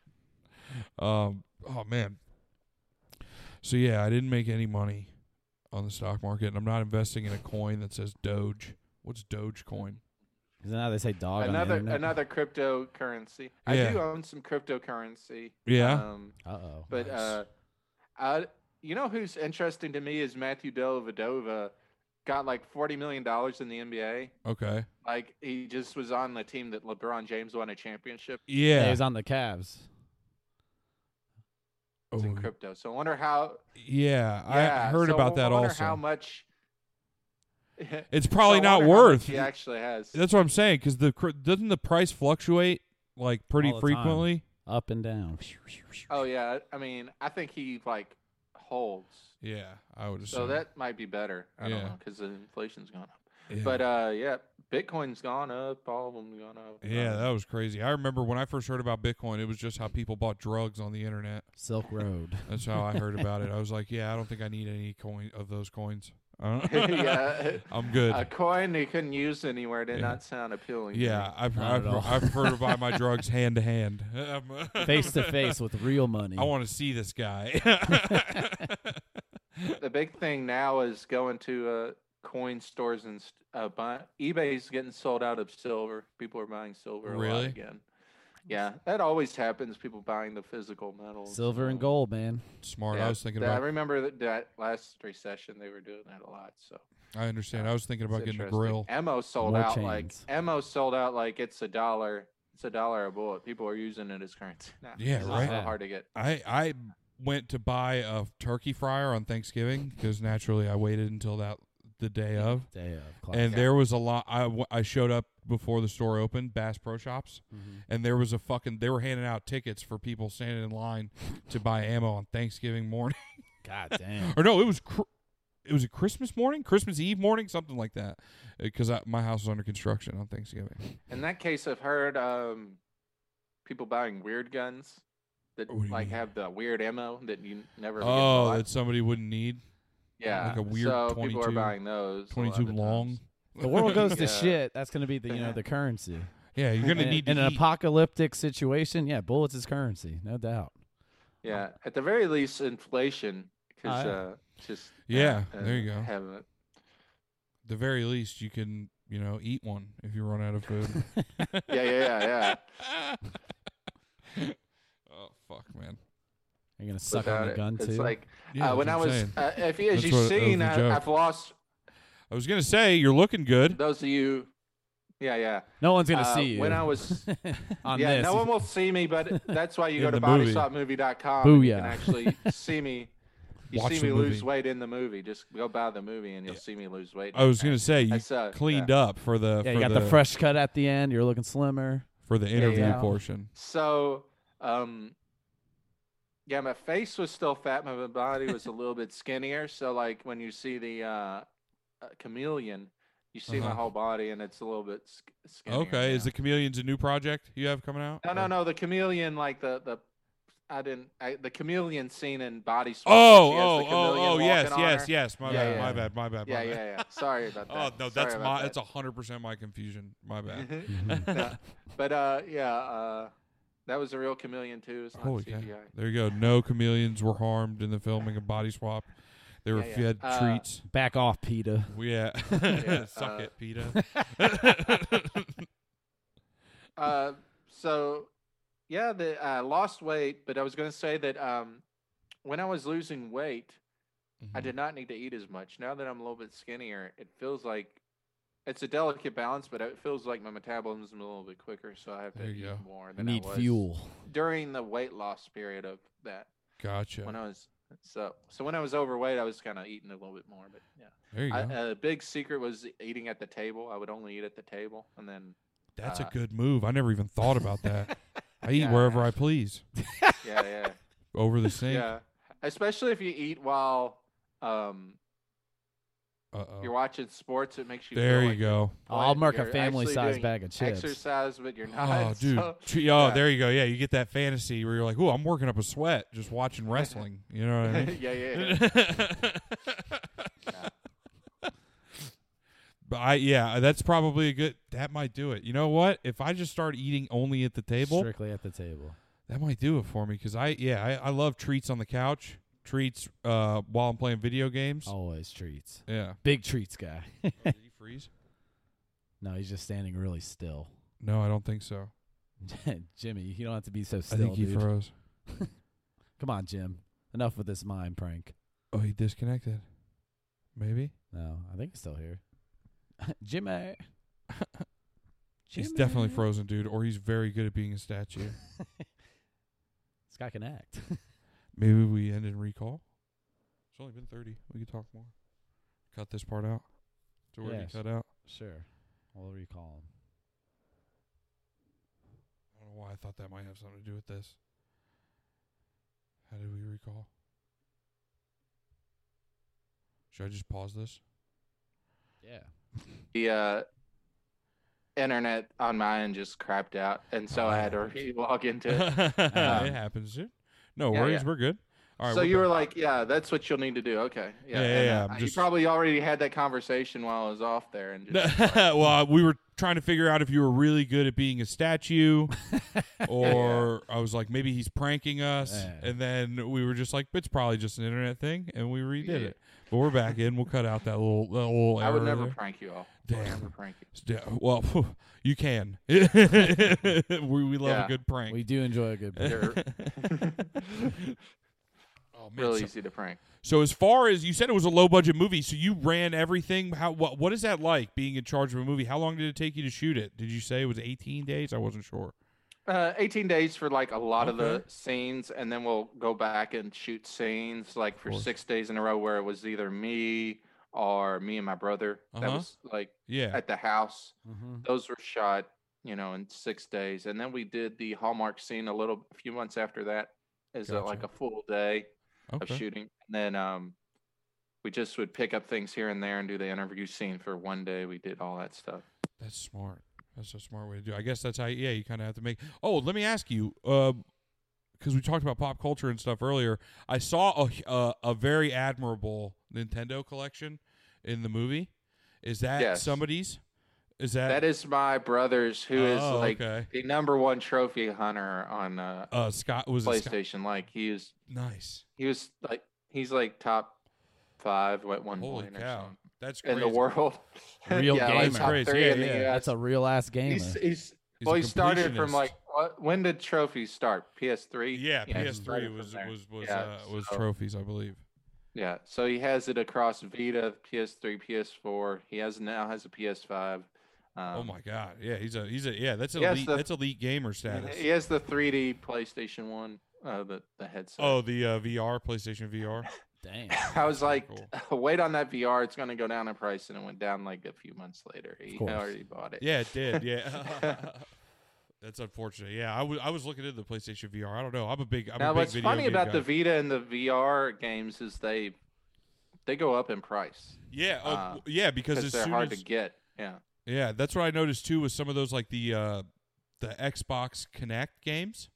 Um. Oh man. So yeah, I didn't make any money on the stock market, and I'm not investing in a coin that says Doge. What's Doge coin?
Isn't that how they say dog
another
on the internet?
another cryptocurrency.
Yeah.
I do own some cryptocurrency.
Yeah.
Um,
Uh-oh.
But
Nice.
uh, I, you know who's interesting to me is Matthew Dellavedova. Got like forty million dollars in the NBA.
Okay.
Like he just was on the team that LeBron James won a championship
Yeah.
He was on the Cavs.
It's in
Oh,
crypto. So I wonder how.
yeah,
Yeah,
I heard
so
about
I
that
wonder
also.
How much?
it's
So I
probably not
wonder how much
worth.
He actually has.
That's what I'm saying because the cr- doesn't the price fluctuate like pretty
All the time.
frequently.
Up and down.
Oh yeah. I mean, I think he like holds.
Yeah, I would
So that might be better. I don't
Yeah.
know because the inflation's gone up.
yeah.
But uh, yeah, Bitcoin's gone up. All of them gone up.
yeah,
Um,
that was crazy. I remember when I first heard about Bitcoin, it was just how people bought drugs on the internet.
Silk Road.
That's how I heard about it. I was like, yeah, I don't think I need any coin of those coins. I don't-
yeah,
I'm good.
a coin you couldn't use anywhere did
Yeah.
not sound appealing. to
yeah,
me.
I, pre-
Not
I,
at
pre-
all.
I prefer to buy my drugs hand to hand.
face to face with real money.
I want to see this guy.
the big thing now is going to uh, coin stores and st- uh, buy- eBay's getting sold out of silver. People are buying silver a
Really?
lot again. Yeah, that always happens. People buying the physical metals,
silver and
so-
gold, man.
Smart.
Yeah,
I was thinking
that- I
about.
remember that, that last recession they were doing that a lot. So
I understand. I was thinking
it's
about getting a
interesting.
grill.
Emo sold
More
out
chains.
like Emo sold out like it's a dollar. It's a dollar a bullet. People are using it as currency. now.
Yeah,
it's
right.
So hard to get.
I I went to buy a turkey fryer on Thanksgiving because naturally I waited until that the day of,
Day of class.
and there was a lot. I w- I showed up before the store opened, Bass Pro Shops,
Mhm.
and there was a fucking. They were handing out tickets for people standing in line to buy ammo on Thanksgiving morning,
God damn.
or no, it was. Cr- it was a Christmas morning, Christmas Eve morning, something like that, because my house was under construction on Thanksgiving.
In that case, I've heard um, people buying weird guns that
What do you
like
mean?
have the weird ammo that you never. get
Oh,
bought.
that somebody wouldn't need
yeah,
like a weird
So people are
22
buying those. a lot
twenty-two
of the
long.
times.
The world goes to
Yeah.
shit. That's going to be the you know the currency.
Yeah, you're gonna
in,
need to
in an
eat.
apocalyptic situation. Yeah, bullets is currency, no doubt.
Yeah, at the very least, inflation. Because
Oh, yeah.
uh, just
Yeah, there you go.
Have it.
the very least you can you know eat one if you run out of food
Yeah, yeah, yeah, yeah.
oh fuck man
You're going to suck on
Without
the
it,
gun
it's
too.
like
Yeah,
uh, when
that's
I
what I'm
was,
saying.
uh, if you, as
That's what- that
you've
was
seen,
the
I,
joke.
I've lost
i was gonna say you're looking good
those of you. Yeah, yeah.
no one's going to
uh,
see you
When I was
on
yeah,
this.
no one will see me, but that's why you go
In
to
the movie.
bodyshopmovie.com. and You
Booyah.
can actually see me. You
Watch
see
the
me lose
movie.
weight in the movie. Just go buy the movie and you'll see me lose weight.
i was gonna say you
I suck,
cleaned
uh, yeah.
up for the
yeah,
for
you got the, fresh cut at the end. You're looking slimmer.
for the interview
yeah.
portion
So, um, yeah, my face was still fat, but my body was a little bit skinnier. So, like when you see the uh, uh, chameleon, you see my
Uh-huh.
whole body and it's a little bit sk- skinnier.
okay
now.
is the chameleons a new project you have coming out
No, no,
Or-
no. The chameleon, like the the, I didn't. I, the chameleon scene in Body Swap.
oh
she has
oh
the
oh
chameleon
oh
walking
yes
on
yes
her.
yes my
Yeah,
bad
yeah,
my
yeah.
bad my bad
Yeah,
my
yeah,
bad.
yeah. Sorry about that.
oh no that's
Sorry about
my
that.
that's a hundred percent my confusion my bad
No, but uh, yeah, uh, that was a real chameleon too. It's not
holy cow
CGI.
there you go no chameleons were harmed in the filming of body swap they were
Yeah, yeah.
fed
Uh,
treats
Back off, PETA.
Yeah.
Yeah,
Suck
uh,
it, PETA.
Uh, so yeah, the I lost weight, but I was gonna say that um, when I was losing weight,
Mm-hmm.
I did not need to eat as much. Now that I'm a little bit skinnier, it feels like it's a delicate balance, but it feels like my metabolism is a little bit quicker, so I have to
There
eat
you go.
more
I
than
need
I was
fuel.
during the weight loss period of that. When
Gotcha.
I was so so when I was overweight, I was kind of eating a little bit more, but yeah.
There you go.
I- uh, A big secret was eating at the table. I would only eat at the table, and then
That's a
uh,
good move. I never even thought about that. I eat
Yeah.
wherever I please.
yeah, yeah.
Over the sink.
Yeah, especially if you eat while um, you're
Uh-oh.
watching sports, it makes you.
Oh. There
feel
you
like
go.
I'll
like
mark a
you're
family
actually
size
doing
bag of chips.
Exercise, but you're not.
Oh, dude.
so-
Tre- oh,
yeah.
there you go. Yeah, you get that fantasy where you're like, "Ooh, I'm working up a sweat just watching wrestling." You know what I mean?
yeah, yeah, yeah.
But I yeah, uh, that's probably a good. That might do it. You know what? If I just start eating only at the table,
Strictly at the table.
That might do it for me because I yeah I, I love treats on the couch, treats uh, while I'm playing video games.
Oh.
Always treats.
Yeah.
Big treats guy.
Did he freeze?
no, he's just standing really still.
No, I don't think so.
Jimmy, you don't have to be so still,
I think he
dude.
froze.
Come on, Jim. Enough with this mime prank.
Oh, he disconnected. Maybe
No, I think he's still here. Jimmy.
he's definitely
Jimmy.
frozen, dude, or he's very good at being a statue.
This guy can act.
Maybe we end in recall. It's only been thirty. We could talk more. Cut this part out. It's already
Yes.
cut out.
sure. We'll recall him.
I don't know why I thought that might have something to do with this. How did we recall? Should I just pause this?
Yeah.
The uh, internet on mine just crapped out, and so
Oh,
I
that
had to
happens.
re-log into it.
it
Um,
happens, dude. No
yeah,
worries,
yeah.
we're good. All right.
so
we're
you
back.
were like, yeah, that's what you'll need to do. Okay. Yeah.
Yeah, yeah,
and,
yeah,
uh,
I'm
You
just-
probably already had that conversation while I was off there, and just,
well, uh, we were trying to figure out if you were really good at being a statue, or I was like, maybe he's pranking us.
Yeah.
And then we were just like, it's probably just an internet thing, and we redid
Yeah.
it. But we're back in. We'll cut out that little that little
I would
error
never
there.
prank you all. I would
Damn.
never prank you.
Yeah, Well, you can. we we love a
Yeah.
good prank.
We do enjoy a good beer.
You're
oh, man,
really
so-
easy to prank.
So as far as you said, it was a low budget movie. So you ran everything. How what what is that like being in charge of a movie? How long did it take you to shoot it? Did you say it was 18 days? I wasn't sure.
Uh, 18 days for like a lot of the
Okay.
scenes, and then we'll go back and shoot scenes like for
course.
six days in a row where it was either me or me and my brother. That
Uh-huh.
was like
Yeah.
at the house.
Mm-hmm.
Those were shot, you know, in six days, and then we did the Hallmark scene a little, a few months after that, is uh, like a
Gotcha.
full day of
Okay.
shooting, and then um, we just would pick up things here and there and do the interview scene for one day. We did all that stuff.
That's smart. That's a smart way to do. it. I guess that's how. Yeah, you kind of have to make. Oh, let me ask you. Because we talked about pop culture and stuff earlier, I saw a a, a very admirable Nintendo collection in the movie. Is that
Yes.
somebody's? Is that
That is my brother's, who is
Oh,
like
okay.
the number one trophy hunter on uh,
Uh, Scott was it Scott?
PlayStation. Like he is,
nice.
he was like he's like top five at one
Holy
point or
cow,
something
that's
in
crazy.
the world.
Real
yeah,
gamer.
like top
Crazy,
three
yeah,
in the
yeah.
US.
That's a real ass gamer.
He's, he's,
He's
well,
a
he started from
completionist.
like what, when did trophies start? PS3.
Yeah,
he started
PS3
from
was
there.
was was
Yeah,
uh, was
so-
trophies, I believe.
Yeah, so he has it across Vita, PS3, PS4. He has now has a PS5. Um,
oh my god, yeah, he's a he's a yeah, that's
Yes,
elite.
the-
that's elite gamer status.
He has the 3D PlayStation One, uh, the the headset.
Oh, the uh, VR, PlayStation VR.
Damn.
I was
Very
like, wait on that VR. It's going to go down in price. And it went down like a few months later. He
course.
already bought it.
Yeah, it did. Yeah. That's unfortunate. Yeah, I was I was looking at the PlayStation VR. I don't know. I'm a big. I'm
now,
a big
what's
video
funny
game
about
guy.
the Vita and the VR games is they they go up in price
yeah, uh,
uh,
yeah, because
because
as
they're
soon
hard
as
to get. Yeah.
yeah, that's what I noticed too with some of those like the uh the Xbox Connect games.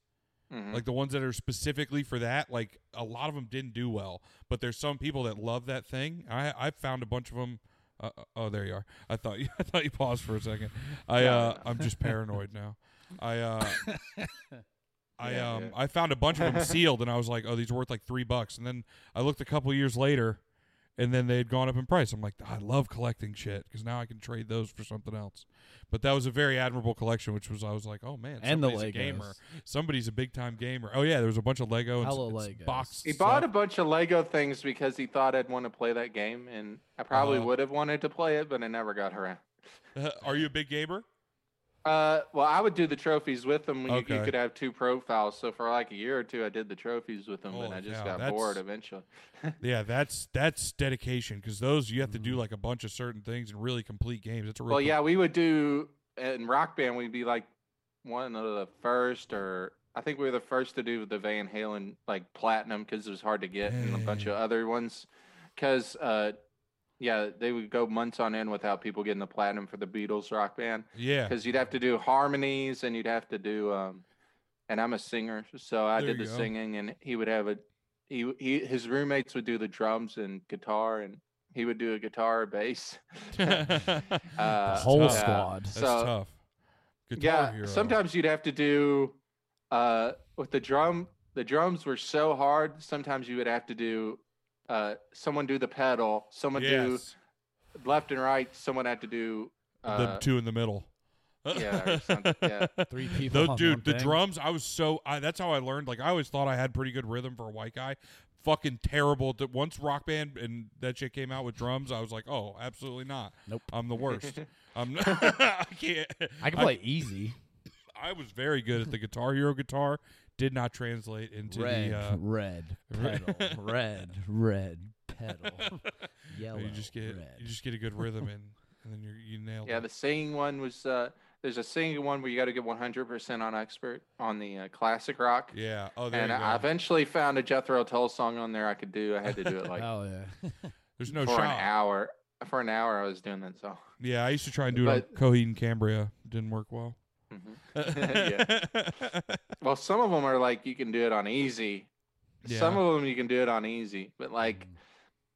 Mhm.
like the ones that are specifically for that like a lot of them didn't do well but there's some people that love that thing i i found a bunch of them uh, uh, oh there you are i thought you i thought you paused for a second i
Yeah.
uh i'm just paranoid now i uh I
Yeah,
um
yeah.
I found a bunch of them sealed and I was like, oh, these are worth like three bucks. And then I looked a couple years later, and then they had gone up in price. I'm like, I love collecting shit because now I can trade those for something else. But that was a very admirable collection, which was I was like, oh man,
And the
somebody's a gamer.
Legos.
Somebody's a big time gamer. Oh yeah, there was a bunch of Lego and, s-
Hella
and s-
Legos.
boxed
he bought a
stuff.
bunch of Lego things because he thought I'd want to play that game. And I probably
Uh-huh.
would have wanted to play it, but I never got around.
Are you a big gamer?
Uh, well, I would do the trophies with them. You, you
Okay.
could have two profiles. So for like a year or two, I did the trophies with them, and
Holy
I just
cow,
got
that's-
bored eventually.
Yeah, that's that's dedication because those you have to
Mm-hmm.
do like a bunch of certain things and really complete games. It's a real
Well,
com-
yeah, we would do in rock band. We'd be like one of the first, or I think we were the first to do the Van Halen like platinum because it was hard to get, and a bunch of other ones. Because uh, yeah, they would go months on end without people getting the platinum for the Beatles rock band
yeah.
because you'd have to do harmonies and you'd have to do. Um, and I'm a singer, so I
There
did
you
the
go.
singing, and he would have a he, he his roommates would do the drums and guitar, and he would do a guitar or bass.
The
Uh,
whole
tough.
squad.
That's
So-
tough. Guitar
yeah,
Hero.
sometimes you'd have to do uh with the drum the drums were so hard, sometimes you would have to do uh someone do the pedal, someone
yes,
do left and right, someone had to do
the
uh,
two in the middle.
yeah, or something, yeah.
Three people.
Though,
on one
dude, the
thing.
drums. I was so. I, that's how I learned. Like I always thought I had pretty good rhythm for a white guy. Fucking terrible. Th- Once Rock Band and that shit came out with drums, I was like, oh, absolutely not.
Nope.
I'm the worst. I'm. I can't.
I can play easy.
I was very good at the Guitar Hero guitar. Did not translate into
red,
the. Uh,
red pedal, red, red pedal, yellow.
you just get
red.
you just get a good rhythm and and then you're, you nail
Yeah,
it.
the singing one was uh there's a singing one where you got to get 100% on expert on the uh, classic rock.
yeah. Oh, there
and
you go.
I eventually found a Jethro Tull song on there I could do. I had to do it like
oh yeah,
There's no
for an
shot.
hour. For an hour, I was doing that song.
Yeah, I used to try and do it
But-
on Coheed and Cambria. Didn't work well.
Mm-hmm. Mhm. Yeah. Well, some of them are like you can do it on easy,
Yeah.
Some of them you can do it on easy, but like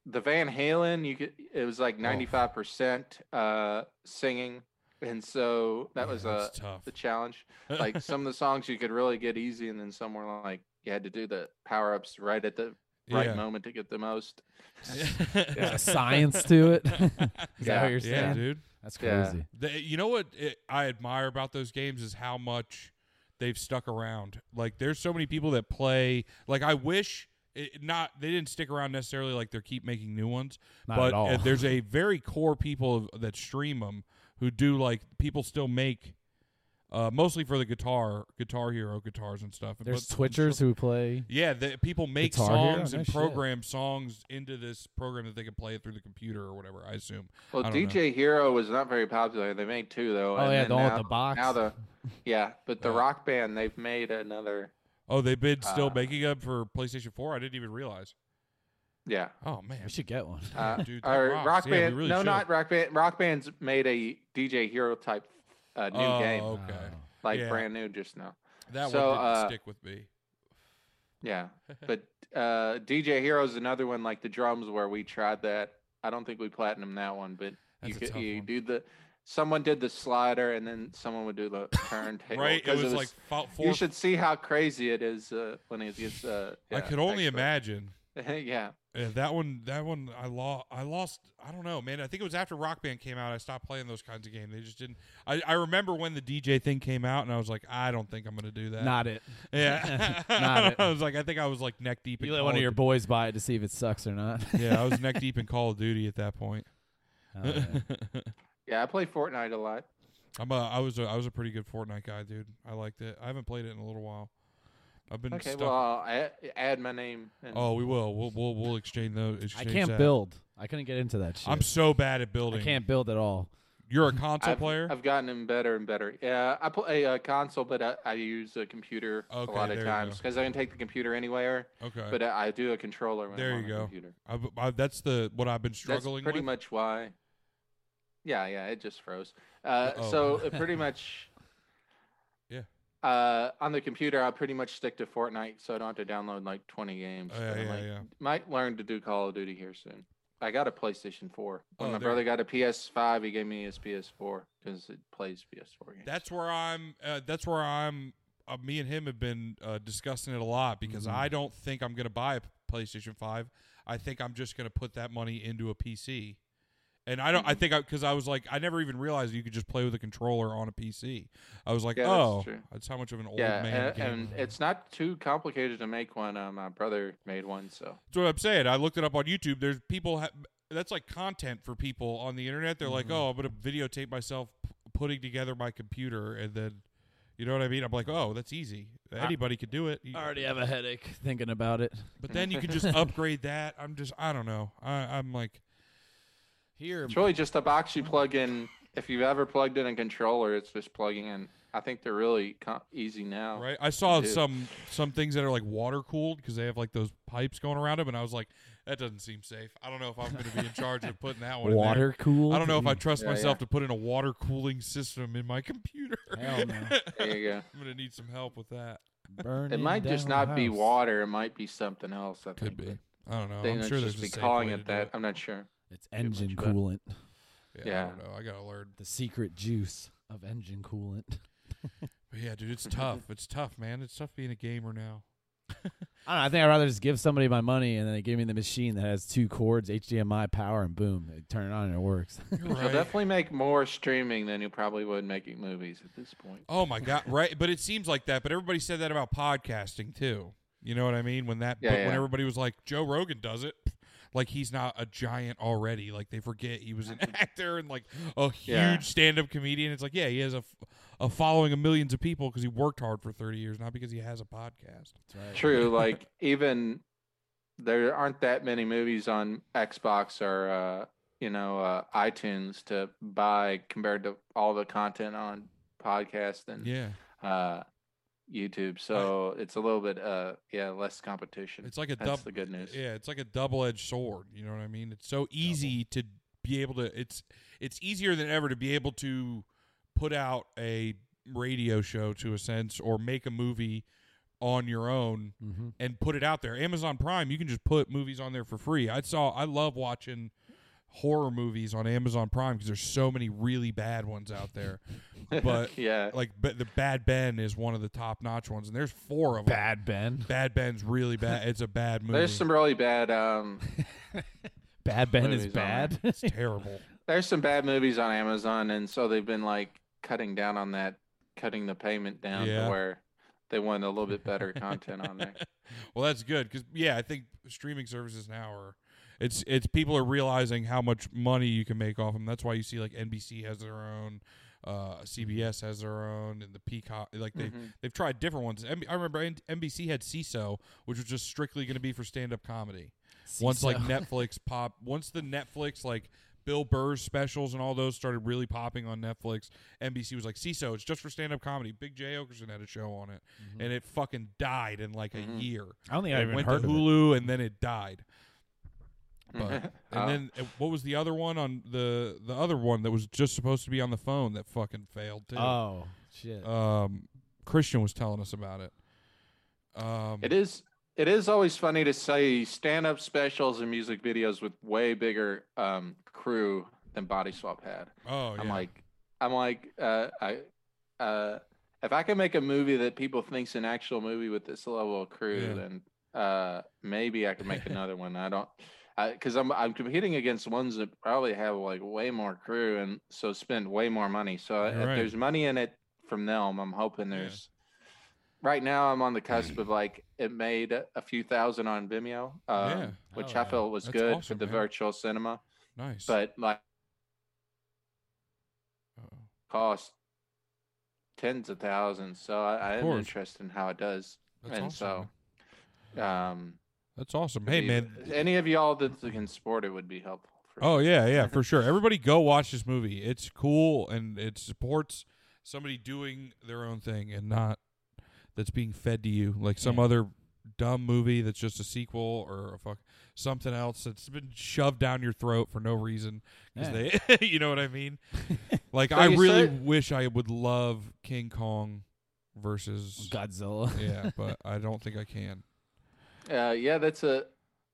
the Van Halen, you could it was like ninety five percent uh singing, and so that
Yeah,
was uh,
that's tough.
the challenge. Like some of the songs you could really get easy, and then some were like you had to do the power ups right at the right
yeah.
moment to get the most.
There's a science to it. Is that
Yeah.
what you're saying?
yeah, dude.
That's
Yeah.
crazy.
They, you know what it, I admire about those games is how much they've stuck around. Like there's so many people that play. Like I wish it, not they didn't stick around necessarily. Like they keep making new ones,
Not
but
at all.
uh, there's a very core people of, that stream them who do like people still make. Uh, mostly for the guitar, Guitar Hero guitars and stuff.
There's
but-
Twitchers who play.
Yeah, the, people make
Guitar Hero?
songs
No
and
shit.
program songs into this program that they can play through the computer or whatever. I assume.
Well,
I don't know.
DJ Hero was not very popular. They made two though.
Oh,
and
yeah,
then
the one with
now-
the box.
Now the yeah, but the Rock Band they've made another
Oh, they've been still
Uh,
making up for PlayStation 4. I didn't even realize.
yeah.
Oh
We
man,
should get one.
Uh,
Dude, that
or
rocks.
Rock
Yeah, we
Band.
really
no,
should.
not Rock Band. Rock Band's made a DJ Hero type uh, new
Oh,
game,
Okay,
Oh.
like
yeah.
brand new just now.
that
So,
one didn't
uh,
stick with me.
Yeah, but uh, DJ Hero's another one like the drums where we tried that. I don't think we platinum that one, but
That's a
you could,
tough
you
one.
do the. Someone did the slider, and then someone would do the turntable.
Right? It
'cause
was, like fo- four.
You should see how crazy it is uh, when it gets. Uh,
I
yeah,
could only
expert.
imagine.
yeah,
Yeah, that one, that one, I lost. I lost. I don't know, man. I think it was after Rock Band came out. I stopped playing those kinds of games. They just didn't. I, I remember when the DJ thing came out, and I was like, I don't think I'm going to do that.
Not it.
Yeah,
Not it.
I was like, I think I was like neck deep.
You
in
let
Call
one of
of
your boys buy it to see if it sucks or not.
Du- yeah, I was neck deep in Call of Duty at that point.
Oh, yeah.
yeah. I play Fortnite a lot.
I'm a, I was a, I was a pretty good Fortnite guy, dude. I liked it. I haven't played it in a little while. I've been
Okay,
stuck.
well, I'll add, add my name. And
oh, we will. We'll we'll, we'll exchange those.
I
Exchange
can't
that.
build. I couldn't get into that shit.
I'm so bad at
I
building.
can't build at all.
You're a console
I've,
player.
I've gotten him better and better. Yeah, I play a uh, console, but I, I use a computer
Okay,
a lot
there
of
you
times
go.
because I can take the computer anywhere.
okay,
But I, I do a controller when
There
I'm on
you
the
go.
computer.
I've, I, that's the what I've been struggling
That's pretty
with.
much why. Yeah, yeah, it just froze. Uh,
Uh-oh.
So it pretty much.
Yeah.
Uh, on the computer, I pretty much stick to Fortnite, so I don't have to download like 20 games.
Oh, yeah,
but I'm
yeah,
like,
yeah.
Might learn to do Call of Duty here soon. I got a PlayStation 4. When
Oh,
my
there-
brother got a PS5, he gave me his PS4 because it plays PS4 games.
That's where I'm. Uh, that's where I'm. Uh, me and him have been uh, discussing it a lot because
Mm-hmm.
Mhm.
I don't think I'm going to buy a PlayStation Five. I think I'm just going to put that money into a PC. And I don't. I
Mhm.
think because I, was like, I never even realized you could just play with a controller on a PC. I was like,
Yeah, that's
oh,
true.
that's how much of an old
yeah,
man.
and,
game.
and it's not too complicated to make one. Uh, my brother made one, so
That's what I'm saying. I looked it up on YouTube. There's people. Ha- that's like content for people on the internet. They're
Mm-hmm.
like, oh, I'm gonna videotape myself p- putting together my computer, and then, you know what I mean? I'm like, oh, that's easy. Anybody could do it. You-
I already have a headache thinking about it.
But then you can just upgrade that. I'm just, I don't know. I, I'm like,
Here,
it's really just a box you plug in. If you've ever plugged in a controller, it's just plugging in. I think they're really com- easy now.
right? I saw
Dude.
some some things that are like water cooled because they have like those pipes going around them, and I was like, that doesn't seem safe. I don't know if I'm going to be in charge of putting that one. in there.
water cool.
I don't know if I trust
Yeah,
myself
yeah.
to put in a water cooling system in my computer.
Hell no.
There you go.
I'm gonna need some help with that.
Burning
It might just not
down
be
house.
water. It might be something else. I
Could
think.
be. I don't know.
They
I'm
might
sure there's
just
a
be
safe
calling
way to
it
do
that. I'm not sure.
It's engine
better.
coolant.
Yeah, I
Yeah.
don't know. I gotta learn.
The secret juice of engine coolant.
But yeah, dude, it's tough. it's tough, man. It's tough being a gamer now.
I don't know. I think I'd rather just give somebody my money and then they give me the machine that has two cords, HDMI power, and boom, they turn it on and it works.
You're
You'll
right.
definitely make more streaming than you probably would making movies at this point.
Oh my god, right? But it seems like that. But everybody said that about podcasting too. You know what I mean? When that,
Yeah,
but when
yeah.
everybody was like, Joe Rogan does it, like he's not a giant already. Like they forget he was an actor and like a huge
Yeah.
stand-up comedian. It's like, yeah, he has a, f- a following of millions of people because he worked hard for thirty years, not because he has a podcast.
True. Like even there aren't that many movies on Xbox or uh, you know uh, iTunes to buy compared to all the content on podcast and
Yeah,
uh, YouTube. So it's a little bit uh, yeah less competition.
it's like a
That's
double.
the good news.
Yeah, it's like a double-edged sword. You know what I mean? It's so easy to be able to. It's it's easier than ever to be able to put out a radio show to a sense or make a movie on your own
Mhm.
and put it out there. Amazon Prime, you can just put movies on there for free. I saw I love watching horror movies on Amazon Prime because there's so many really bad ones out there. But
yeah.
like but the Bad Ben is one of the top notch ones, and there's four of them.
Bad Ben.
Bad Ben's really bad. It's a bad movie.
There's some really bad. Um,
Bad Ben is
Movies on
bad.
it's terrible.
there's some bad movies on Amazon, and so they've been like cutting down on that, cutting the payment down
Yeah.
to where they want a little bit better content on there.
well, that's good because yeah, I think streaming services now are it's it's people are realizing how much money you can make off them. That's why you see like NBC has their own, uh, CBS has their own, and the Peacock like they
Mhm.
they've tried different ones. M- I remember N- NBC had CISO, which was just strictly going to be for stand up comedy. Once like Netflix pop, once the Netflix like. Bill Burr's specials and all those started really popping on Netflix. NBC was like, "CISO, it's just for stand-up comedy." Big Jay Okerson had a show on it, and it fucking died in like a
Mhm.
year.
Mm-hmm. I don't think
It
I even
went
heard
to
of it.
Hulu and then it died. But, and
Oh.
then uh, what was the other one on the the other one that was just supposed to be on the phone that fucking failed too?
Oh shit!
Um, Christian was telling us about it. Um,
It is it is always funny to see stand up specials and music videos with way bigger um, crew than Body Swap had.
Oh yeah.
I'm like I'm like uh, I uh, if I can make a movie that people think's an actual movie with this level of crew,
Yeah.
then uh, maybe I can make another one. I don't because I'm I'm competing against ones that probably have like way more crew and so spend way more money. So
You're
if
right.
there's money in it from them, I'm hoping
Yeah.
there's. Right now, I'm on the cusp of like it made a few thousand on Vimeo, um,
Yeah.
which
Hell
I
yeah.
felt was
That's
good
awesome,
for the
man.
virtual cinema.
nice.
But like
Uh-oh.
cost tens of thousands. So I, I am
course.
interested in how it does.
That's
and
awesome.
so,
man.
um,
That's awesome. Hey
if-
man.
any of y'all that can support it would be helpful. For
Oh yeah, yeah, for sure. Everybody go watch this movie. It's cool and it supports somebody doing their own thing and not that's being fed to you like some
Yeah.
other dumb movie that's just a sequel or a fuck something else that's been shoved down your throat for no reason 'cause they you know what I mean? Like
So
I
you
really
said-
wish I would love King Kong versus
Godzilla.
yeah, but I don't think I can.
Uh, yeah, that's a.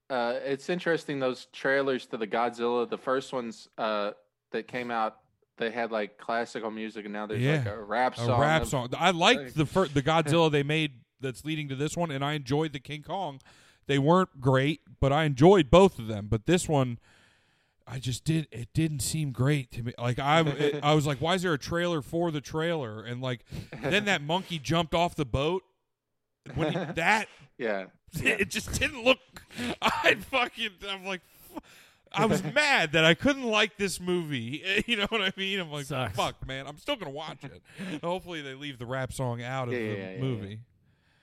Uh, it's interesting those trailers to the Godzilla. The first ones uh, that came out, they had like classical music, and now there's like
Yeah.
a rap
a
song.
rap
of-
song. I liked
Thanks.
the fir- the Godzilla they made that's leading to this one, and I enjoyed the King Kong. They weren't great, but I enjoyed both of them. But this one, I just did. It didn't seem great to me. Like I, it- I was like, why is there a trailer for the trailer? And like, then that monkey jumped off the boat. When he- that
Yeah. Yeah.
it just didn't look. I fucking. I'm like. fu- I was mad that I couldn't like this movie. You know what I mean? I'm like,
Sucks.
fuck, man. I'm still gonna watch it. Hopefully, they leave the rap song out of
Yeah,
the
yeah, yeah,
movie.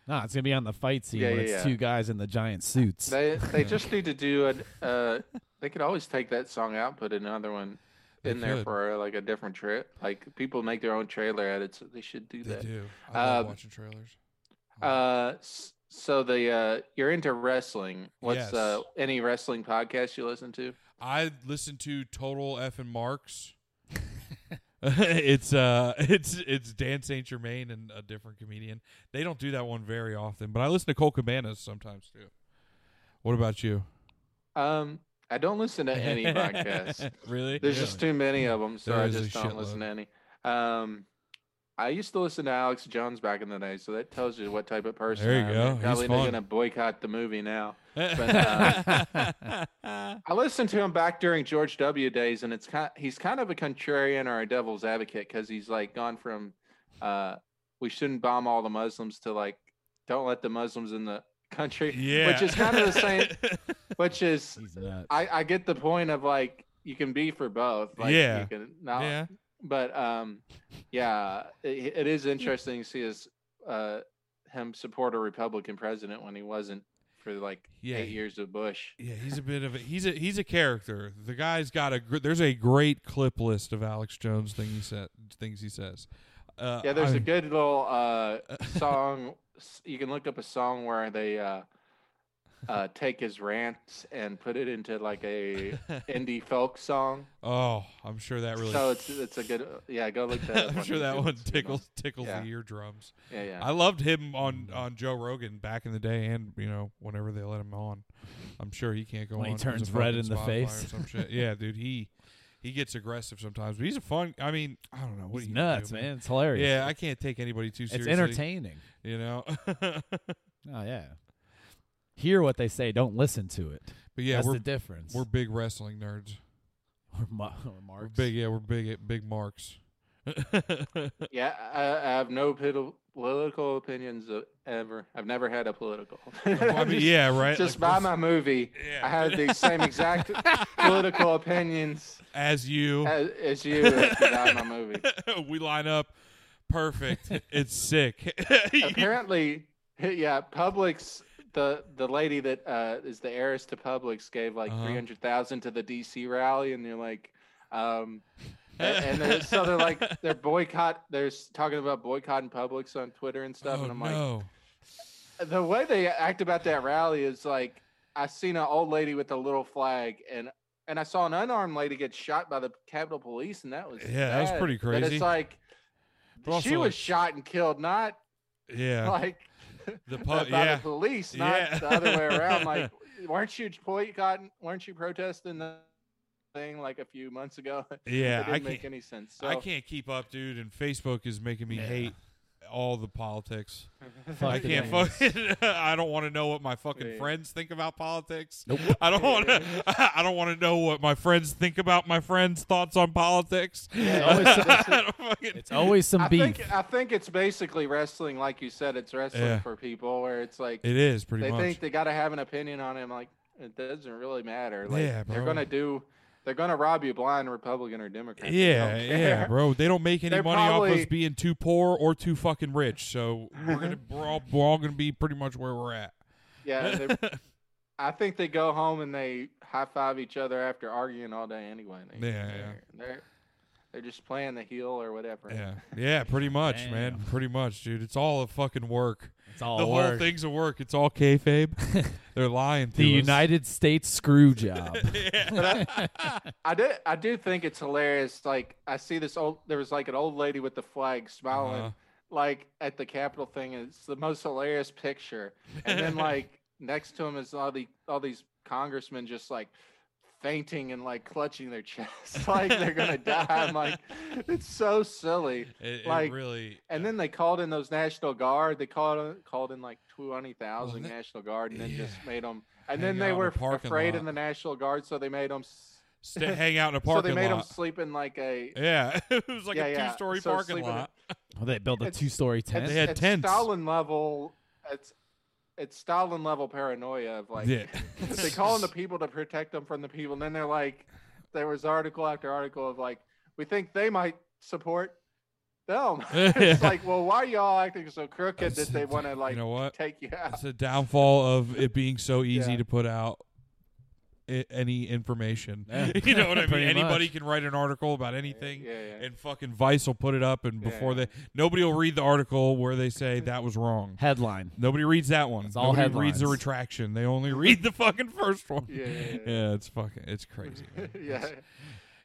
Nah, it's gonna be on the fight scene.
Yeah,
when
yeah,
it's
yeah.
two guys in the giant suits.
They they just need to do an. Uh, they could always take that song out, put another one
They
in there
could.
for uh, like a different trip. Like people make their own trailer edits. So they should do
They
that.
do. I love
Um,
watching trailers.
Uh, s- so the uh, you're into wrestling. What's
Yes.
uh, any wrestling podcast you listen to?
I listen to Total F and Marks. it's uh, it's it's Dan Saint Germain and a different comedian. They don't do that one very often, but I listen to Cole Cabanas sometimes too. What about you?
Um, I don't listen to any podcasts.
really?
There's just too many of them, so
There
I
is a
just don't listen
shitload.
to any. Um, I used to listen to Alex Jones back in the day, so that tells you what type of person.
There you
I am.
go.
I'm
He's
Probably
fun.
not gonna boycott the movie now. uh,
but,
I listened to him back during George W. days, and it's kind he's kind of a contrarian or a devil's advocate because he's like gone from uh, we shouldn't bomb all the Muslims to like don't let the Muslims in the country,
yeah,
which is kind of the same. Which is
He's nuts.
I, I get the point of like you can be for both, like,
Yeah.
you can not,
yeah,
but um, yeah, it, it is interesting to see his uh, him support a Republican president when he wasn't for like
Yeah,
eight
he- Uh,
years of Bush.
yeah. He's a bit of a he's a he's a character. The guy's got a gr- there's a great clip list of Alex Jones thing he said things he says. Uh,
Yeah, there's
I-
a good little uh, song. s- You can look up a song where they uh, uh, take his rants and put it into like a indie folk song.
Oh, I'm sure that really.
So it's uh, it's a good yeah. Go look that. up
I'm
on
sure that
YouTube.
one
It's a good
tickles tickles
Yeah.
the eardrums.
Yeah, yeah.
I loved him on on Joe Rogan back in the day, and you know whenever they let him on, I'm sure he can't go
When he
on 'cause of
turns red
fucking
in the
Spotify
face.
Or some shit. Yeah, dude, he he gets aggressive sometimes, but he's a fun. I mean, I don't know what
He's
are you gonna
nuts,
do,
man. It's hilarious.
Yeah, I can't take anybody too
it's
seriously.
entertaining.
you know. but
Oh yeah. Hear what they say. Don't listen to it.
yeah,
That's
we're
the difference.
we're big wrestling nerds.
We're mar- we're
We're
marks.
big, yeah, we're big big marks.
yeah, I, I have no pito- political opinions of ever. I've never had a political.
I mean, yeah, right.
Just
like,
by my movie,
Yeah.
I had the same exact political opinions
as you,
as, as you if you buy my movie.
we line up perfect. it's sick.
Apparently, yeah, Publix. The, the lady that uh, is the heiress to Publix gave like
Uh-huh.
hundred thousand to the DC rally, and they're like, um, a- and they're, so they're like they're boycott. They're s- talking about boycotting Publix on Twitter and stuff,
oh,
and I'm like,
no.
the way they act about that rally is like I seen an old lady with a little flag and and I saw an unarmed lady get shot by the Capitol Police and that was
Yeah, that was
sad.
pretty
But
crazy.
it's like
But also,
she was
like-
shot and killed, not
yeah,
like
the
by
pub. Yeah,
the police, not
Yeah.
the other way around. Like, weren't you boycotting? Weren't you protesting the thing like a few months ago?
yeah.
it
I
didn't make
can't.
any sense. So
I can't keep up, dude. And Facebook is making me
Yeah.
hate all the politics. I
Fucking
can't
idiots.
fucking. I don't want to know what my fucking
Yeah.
friends think about politics. I don't want to. I don't want to know what my friends think about my friends' thoughts on politics.
Yeah,
always-
I don't fucking-
It's always some
I
beef.
think I think it's basically wrestling, like you said, it's wrestling
Yeah.
for people where it's like
it is pretty
they
much.
think they got to have an opinion on him. Like it doesn't really matter. Like
Yeah,
they're
bro.
gonna do, they're gonna rob you blind, Republican or Democrat. They
yeah,
don't
yeah,
care.
bro. They don't make any
They're
money off
probably-
us being too poor or too fucking rich. So we're gonna we're all, we're all gonna be pretty much where we're at.
yeah. they're- I think they go home and they high five each other after arguing all day anyway. They,
Yeah, yeah.
they're, They're, they're just playing the heel or whatever.
Yeah, yeah, pretty much, man.
Damn.
Pretty much, dude. It's all a fucking work.
it's all
the whole
work.
thing's a work. It's all kayfabe. They're lying to
The
us.
United States screw job.
I do. I do think it's hilarious. Like I see this old. There was like an old lady with the flag smiling,
Uh-huh.
like at the Capitol thing. and It's the most hilarious picture. And then like next to him is all the all these congressmen just like fainting and like clutching their chests, like they're gonna die. I'm like, it's so silly.
It, it
like,
really.
And then they called in those National Guard. They called in- called in like twenty thousand
that-
National Guard, and then just
yeah.
made them. And
Hang
then they
out in the
were
parking
afraid
lot.
in the National Guard, so they made them.
St- hang out in a
So
parking
they made them
lot.
sleep in like a
yeah, it was like
Yeah,
a
yeah.
two-story
So
parking
sleeping in-
lot.
Well, Oh, they built a
It's-
two-story tent.
it's,
had
it's
tents.
Stalin level. It's it's Stalin level paranoia of like
yeah.
they call on the people to protect them from the people, and then they're like, there was article after article of like we think they might support them.
Yeah.
it's like, well, why are y'all acting so crooked that they want to like
you know what?
take you out?
It's a downfall of it being so easy
Yeah.
to put out i- any information.
Yeah.
You know what I mean?
Pretty
Anybody
much.
can write an article about anything,
Yeah, yeah.
and fucking Vice will put it up, and
Yeah,
before
yeah.
they nobody will read the article where they say that was wrong.
Headline.
Nobody reads that one.
It's all
Nobody reads the
headlines.
retraction. They only read the fucking first one.
Yeah, yeah, yeah.
Yeah, it's fucking it's crazy. man.
yeah.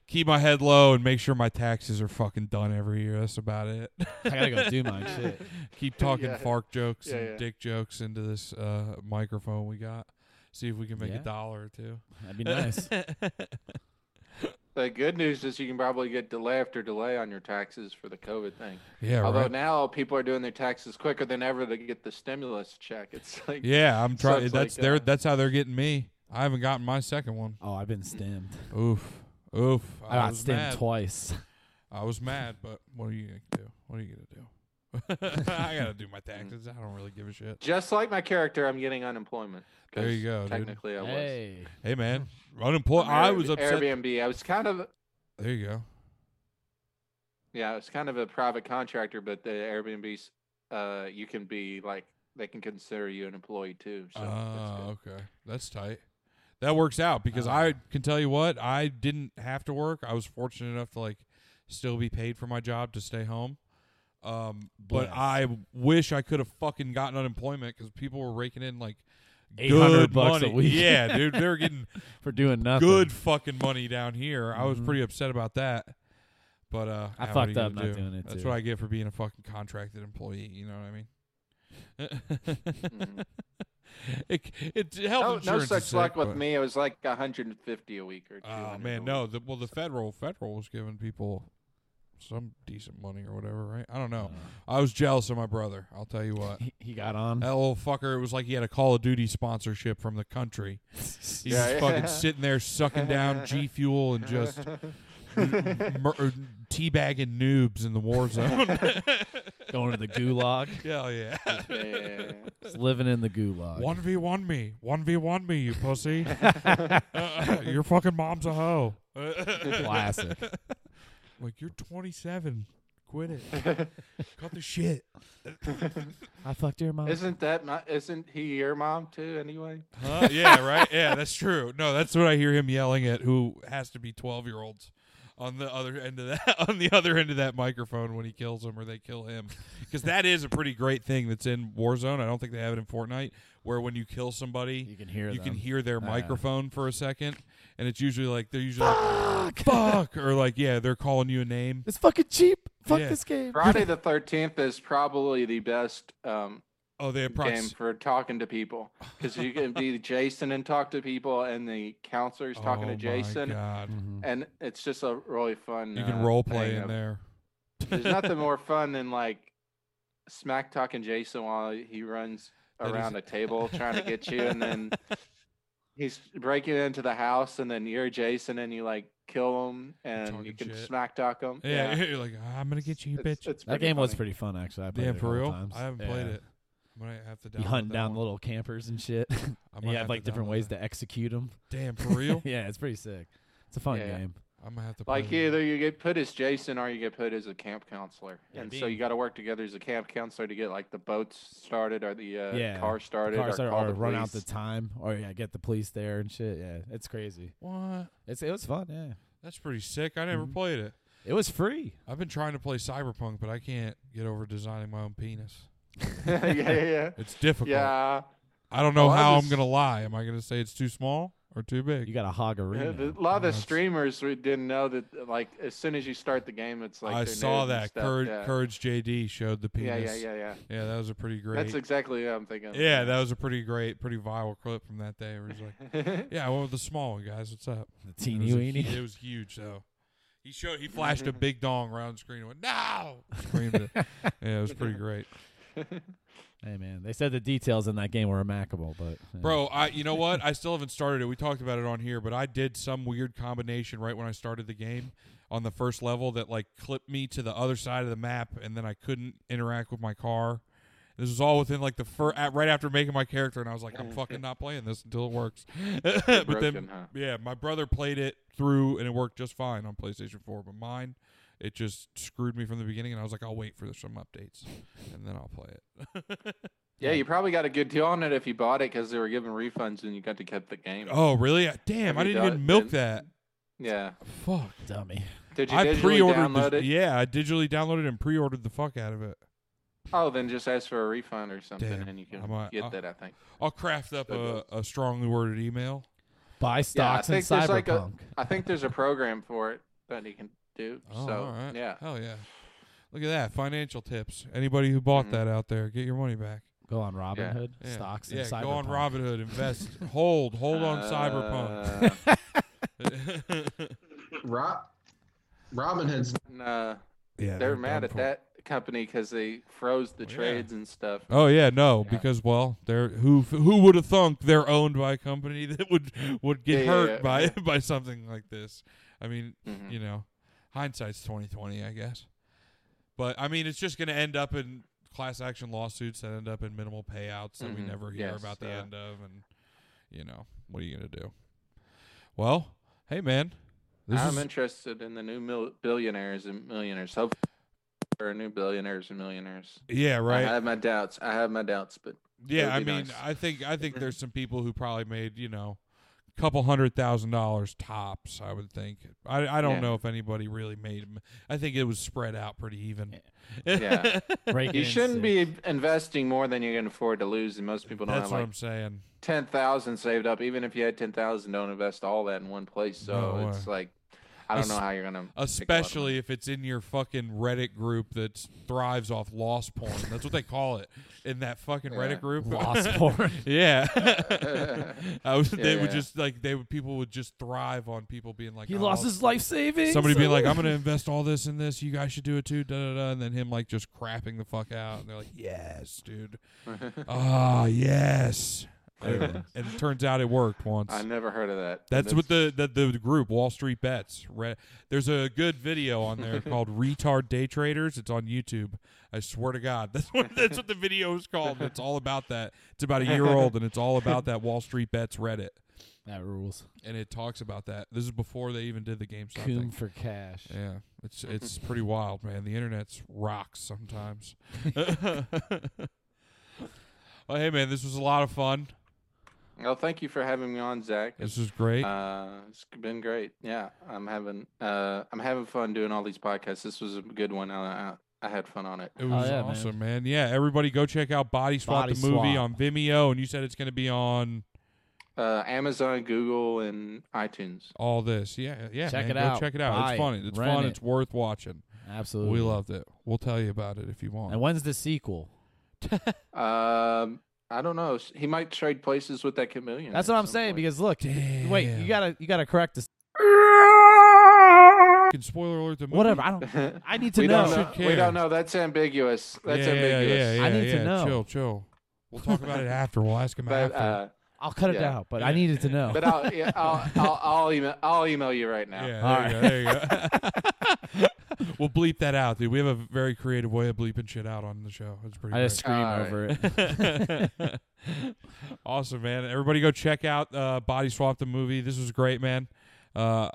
Keep my head low and make sure my taxes are fucking done every year. That's about it.
I gotta go do mine. Shit.
Keep talking
Yeah.
fart jokes
Yeah,
and
yeah.
dick jokes into this uh, microphone we got. See if we can make
Yeah.
a dollar or two.
That'd be nice.
The good news is you can probably get delay after delay on your taxes for the COVID thing.
Yeah,
Although
right.
now people are doing their taxes quicker than ever to get the stimulus check. It's like
yeah, I'm
So
trying.
it's
that's
like,
they're
uh,
that's how they're getting me. I haven't gotten my second one.
Oh, I've been stemmed.
Oof, oof.
I got
was
stemmed
mad.
twice.
I was mad, but what are you gonna do? What are you gonna do? I gotta do my taxes. I don't really give a shit.
just like my character, I'm getting unemployment.
There
'cause
you go, dude.
Technically, I was.
Hey,
Hey man, unemployed.
I'm
I
Air-
was upset.
Airbnb. I was kind of
There you go.
yeah, I was kind of a private contractor, but the Airbnbs, uh, you can be like they can consider you an employee too. So
Oh,
that's good.
okay. That's tight. That works out because
Oh.
I can tell you what, I didn't have to work. I was fortunate enough to like still be paid for my job to stay home. Um, but
Bless.
I wish I could have fucking gotten unemployment because people were raking in like good
800 bucks a
money.
week.
Yeah, dude, they were getting
for doing nothing.
good fucking money down here. I was pretty upset about that. But
Mm-hmm.
uh,
I
ah, what are
fucked
you
up
gonna
not
do?
doing it,
That's
too.
what I get for being a fucking contracted employee. You know what I mean? it it health
Mm-hmm. No, no
insurance is
such
sick,
luck with
but-
me. It was like 150 a week or two.
Oh man, no. The, well, the federal federal was giving people some decent money or whatever, right? I don't know.
Uh.
I was jealous of my brother. I'll tell you what.
He, he got on.
That little fucker, it was like he had a Call of Duty sponsorship from the country. He
Yeah,
was
yeah.
fucking sitting there sucking down G Fuel and just mur- er, teabagging noobs in the war zone.
going to the gulag.
Hell yeah.
Yeah.
Just living in the gulag.
1v1 me. 1v1 me, you pussy. your fucking mom's a hoe.
Classic.
Like, you're 27. Quit it. Cut the shit.
I fucked your mom.
Isn't that my? Isn't he your mom too? Anyway.
Huh? Yeah, right. Yeah, that's true. No, that's what I hear him yelling at who has to be twelve year olds on the other end of that on the other end of that microphone when he kills them or they kill him because that is a pretty great thing that's in Warzone. I don't think they have it in Fortnite where when you kill somebody,
You can hear
you can
them.
hear their
Ah.
microphone for a second, and it's usually like they're usually fuck, like, fuck, or like yeah, they're calling you a name.
It's fucking cheap. Fuck
Yeah.
this game.
Friday the 13th is probably the best um,
Oh, they have
game
prox-
for talking to people because you can be Jason and talk to people, and the counselor's talking
Oh, my
to Jason,
God.
Mhm.
and it's just a really fun.
You can
uh,
role play
thing
in
of-
there.
There's nothing more fun than like smack talking Jason while he runs
That is-
around a table trying to get you, and then he's breaking into the house, and then you're Jason, and you like kill him, and you
talking
can
shit.
smack talk him.
Yeah, you're like I'm gonna get you, you
It's-
bitch.
it's
That game was
funny.
pretty fun, actually. I played
Damn,
it a
for
couple
real?
times.
I haven't
Yeah.
played it. I'm gonna have to download
You hunt
that
down
one.
little campers and shit.
I
And
might
you have
have
like
to
different
download
ways
that.
to execute them.
Damn, for real?
yeah, it's pretty sick. It's a fun
Yeah.
game.
I'm gonna have to.
Like
play that.
either you get put as Jason or you get put as a camp counselor,
Yeah,
and so
being-
you got to work together as a camp counselor to get like the boats started or the uh,
Yeah,
car
The
started
Cars
or,
are,
call
are
the
run out the
police.
time, or yeah, get the police there and shit. Yeah, it's crazy.
What?
It's it was fun. Yeah,
That's pretty sick. I never
Mhm.
played it.
it was free.
I've been trying to play Cyberpunk, but I can't get over designing my own penis.
yeah, yeah,
It's
yeah.
difficult.
yeah.
I don't know
Well, I
how I'm
just-
gonna lie. Am I gonna say it's too small or too big?
You got a hog
Yeah,
arena.
Uh, the- a lot of the
that's-
streamers we didn't know that. Like as soon as you start the game, it's like
I
they're
saw
nude and
that.
stuff,
Courage,
yeah.
Courage JD showed the
yeah,
penis.
yeah, yeah, yeah.
Yeah, that was a pretty great.
That's exactly what I'm thinking.
yeah, that was a pretty great, pretty viral clip from that day. Where he's like,
that.
"Yeah, I went with the small one, guys. What's up?"
the
It
teeny
was a
weenie.
hu- It was huge though. He showed he flashed a big dong around the screen and went, No screamed it. Yeah, it was pretty great.
Hey man, they said the details in that game were remarkable, but yeah.
Bro, I you know what? I still haven't started it. We talked about it on here, but I did some weird combination right when I started the game on the first level that like clipped me to the other side of the map and then I couldn't interact with my car. This was all within like the fir- at, right after making my character, and I was like, "I'm fucking not playing this until it works." but
Mm. broken,
then,
huh?
yeah, my brother played it through, and it worked just fine on PlayStation 4. But mine, it just screwed me from the beginning, and I was like, "I'll wait for some updates, and then I'll play it."
yeah, you probably got a good deal on it if you bought it because they were giving refunds and you got to keep the game.
oh, really? Damn, I
Have you
didn't
done
even
it?
milk
Didn't-
that.
Yeah.
Fuck.
dummy.
Did you
I
digitally
pre-ordered.
download
The,
it?
Yeah, I digitally downloaded and pre-ordered the fuck out of it.
Oh, then just ask for a refund or something,
Damn, uh,
and you can
I might-
get
I'll-
that. I think.
I'll craft up a, a strongly worded email.
Buy stocks
yeah, I
in
think there's
Cyberpunk.
like a. I think there's a program for it that you can do.
Oh,
so
all right.
yeah,
Hell yeah. Look at that financial tips. Anybody who bought
Mhm.
that out there, get your money back.
Go on Robinhood.
Yeah.
Stocks
yeah,
in Cyberpunk.
go on Robinhood, invest, hold, hold on Cyberpunk.
Uh,
Rob, Robin Hood's
and, uh,
yeah,
they're mad
done
at
for.
that company because they froze the
Well, yeah.
trades and stuff.
Oh yeah, no,
Yeah.
because well, they're who who would have thunk they're owned by a company that would would get
Yeah, yeah,
hurt
yeah,
by
yeah.
by something like this. I mean,
Mhm.
you know, hindsight's twenty twenty, I guess. But I mean, it's just going to end up in class action lawsuits that end up in minimal payouts that we
Mhm.
never hear
Yes,
about the
yeah.
end of, and you know, what are you going to do? Well, hey man, this
I'm
is
interested in the new mil- billionaires and millionaires. Hopefully, there are new billionaires and millionaires.
yeah
I
right.
have my doubts. I have my doubts, but
Yeah,
would
I
be
mean,
nice. Mm-hmm.
I think I think there's some people who probably made you know couple hundred thousand dollars tops. I would think. I I don't
Yeah.
know if anybody really made. m- I think it was spread out pretty even.
Yeah.
Break
You
it in six.
shouldn't be investing more than you can afford to lose, and most people don't
That's
have
what
like
I'm saying.
ten thousand saved up. Even if you had ten thousand, don't invest all that in one place. So
No
it's like, I don't
Es-
know how you're gonna. make a lot of money.
Especially if it's in your fucking Reddit group that thrives off loss porn. That's what they call it in that fucking
Yeah.
Reddit group.
Lost porn.
Yeah, I was.
Yeah,
they
yeah.
would just like they would. People would just thrive on people being like,
He
"Oh,
lost his life savings.
Somebody being like, "I'm going to invest all this in this. You guys should do it too." Da da da. And then him like just crapping the fuck out, and they're like, "Yes, dude. Ah, yes." and and it turns out it worked once.
I never heard of that.
That's what the, the the group Wall Street Bets. Re- There's a good video on there called "Retard Day Traders." It's on YouTube. I swear to God, that's what that's what the video is called. It's all about that. It's about a year old, and it's all about that Wall Street Bets Reddit,
that rules.
and it talks about that. This is before they even did the GameStop
Coom
thing.
for cash.
Yeah, it's
Mm-hmm.
it's pretty wild, man. The internet's rocks sometimes. well, hey, man, this was a lot of fun.
Well, thank you for having me on, Zach.
This was great.
Uh, it's been great. Yeah, I'm having uh, I'm having fun doing all these podcasts. This was a good one. I, I, I had fun on it.
It was
yeah, man.
awesome, man. Yeah, everybody go check out Body Swap
oh, Body
the movie
Swap.
on Vimeo, and you said it's going to be on
Uh, Amazon, Google, and iTunes.
all this. Yeah, yeah.
Check
man.
it
go
out.
Check it out.
Buy it.
it's funny. It's
Rent
fun.
it.
It's worth watching.
Absolutely.
We loved it. We'll tell you about it if you want.
And when's the sequel?
Um, I don't know. He might trade places with that chameleon.
That's
at
what I'm
some
saying.
point.
Because look, wait, you
Damn.
gotta you gotta correct this.
Fucking spoiler alert. The movie.
Whatever. I don't. I need to
we
know.
don't
Should
know. We
care.
don't know. That's ambiguous. That's
yeah, yeah,
ambiguous.
yeah, yeah,
I need to
yeah.
know.
Chill, chill. We'll talk about it after. We'll ask him
But
after.
uh,
I'll cut it
Yeah.
out. But I needed to know.
but I'll, yeah, I'll, I'll I'll email I'll email you right now.
Yeah, there you go. There you go. we'll bleep that out, dude. We have a very creative way of bleeping shit out on the show. It's pretty.
I just
great.
scream
All
over it.
awesome, man. Everybody go check out uh, Body Swap the movie. This was great, man. Uh,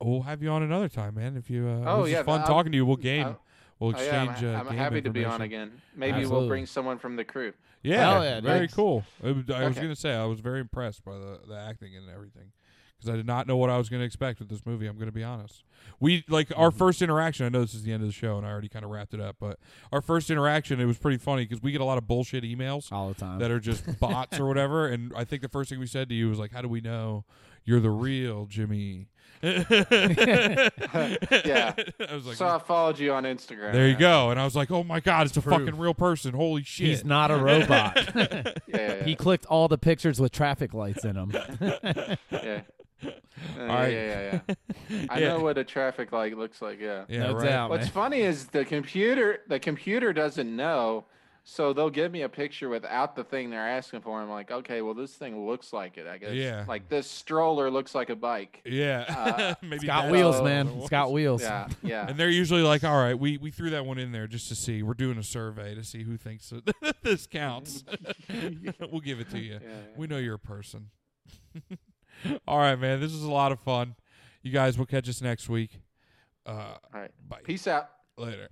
we'll have you on another time, man. If you, uh,
Oh,
this
yeah,
is fun
I'm-
talking to you. We'll game.
I'm-
we'll
Oh, yeah, I'm,
exchange. uh,
I'm
game
happy to be on
information.
again. Maybe we'll
Absolutely.
bring someone from the crew.
Yeah,
Hell yeah,
very
thanks.
cool. It was- I was
Okay.
gonna say I was very impressed by the, the acting and everything because I did not know what I was gonna expect with this movie. I'm gonna be honest. We like our
Mm-hmm.
first interaction. I know this is the end of the show, and I already kind of wrapped it up. But our first interaction, it was pretty funny because we get a lot of bullshit emails
all the time.
that are just bots or whatever. And I think the first thing we said to you was like, "How do we know you're the real Jimmy?"
Yeah.
I was like,
so I followed you on Instagram.
"There you go." And I was like, "Oh my god, it's a
Proof.
fucking real person! Holy shit!"
He's not a robot.
Yeah, yeah,
he clicked all the pictures with traffic lights in them.
yeah. yeah. Uh, yeah,
right.
yeah, yeah, yeah. I
Yeah.
know what a traffic light looks like. Yeah.
yeah,
no
right.
doubt,
What's
man.
funny is the computer. The computer doesn't know, so they'll give me a picture without the thing they're asking for. I'm like, okay, well, this thing looks like it. I guess.
Yeah.
Like this stroller looks like a bike.
Yeah,
Uh,
maybe
It's got
that's
wheels,
what
man.
it
It's
was.
got wheels.
Oh, Yeah, yeah.
And they're usually like, "All right, we we threw that one in there just to see. We're doing a survey to see who thinks that this counts. we'll give it to you.
yeah.
We know you're a person." All right, man. This is a lot of fun. You guys, we'll catch us next week. Uh,
All right.
bye.
Peace out.
Later.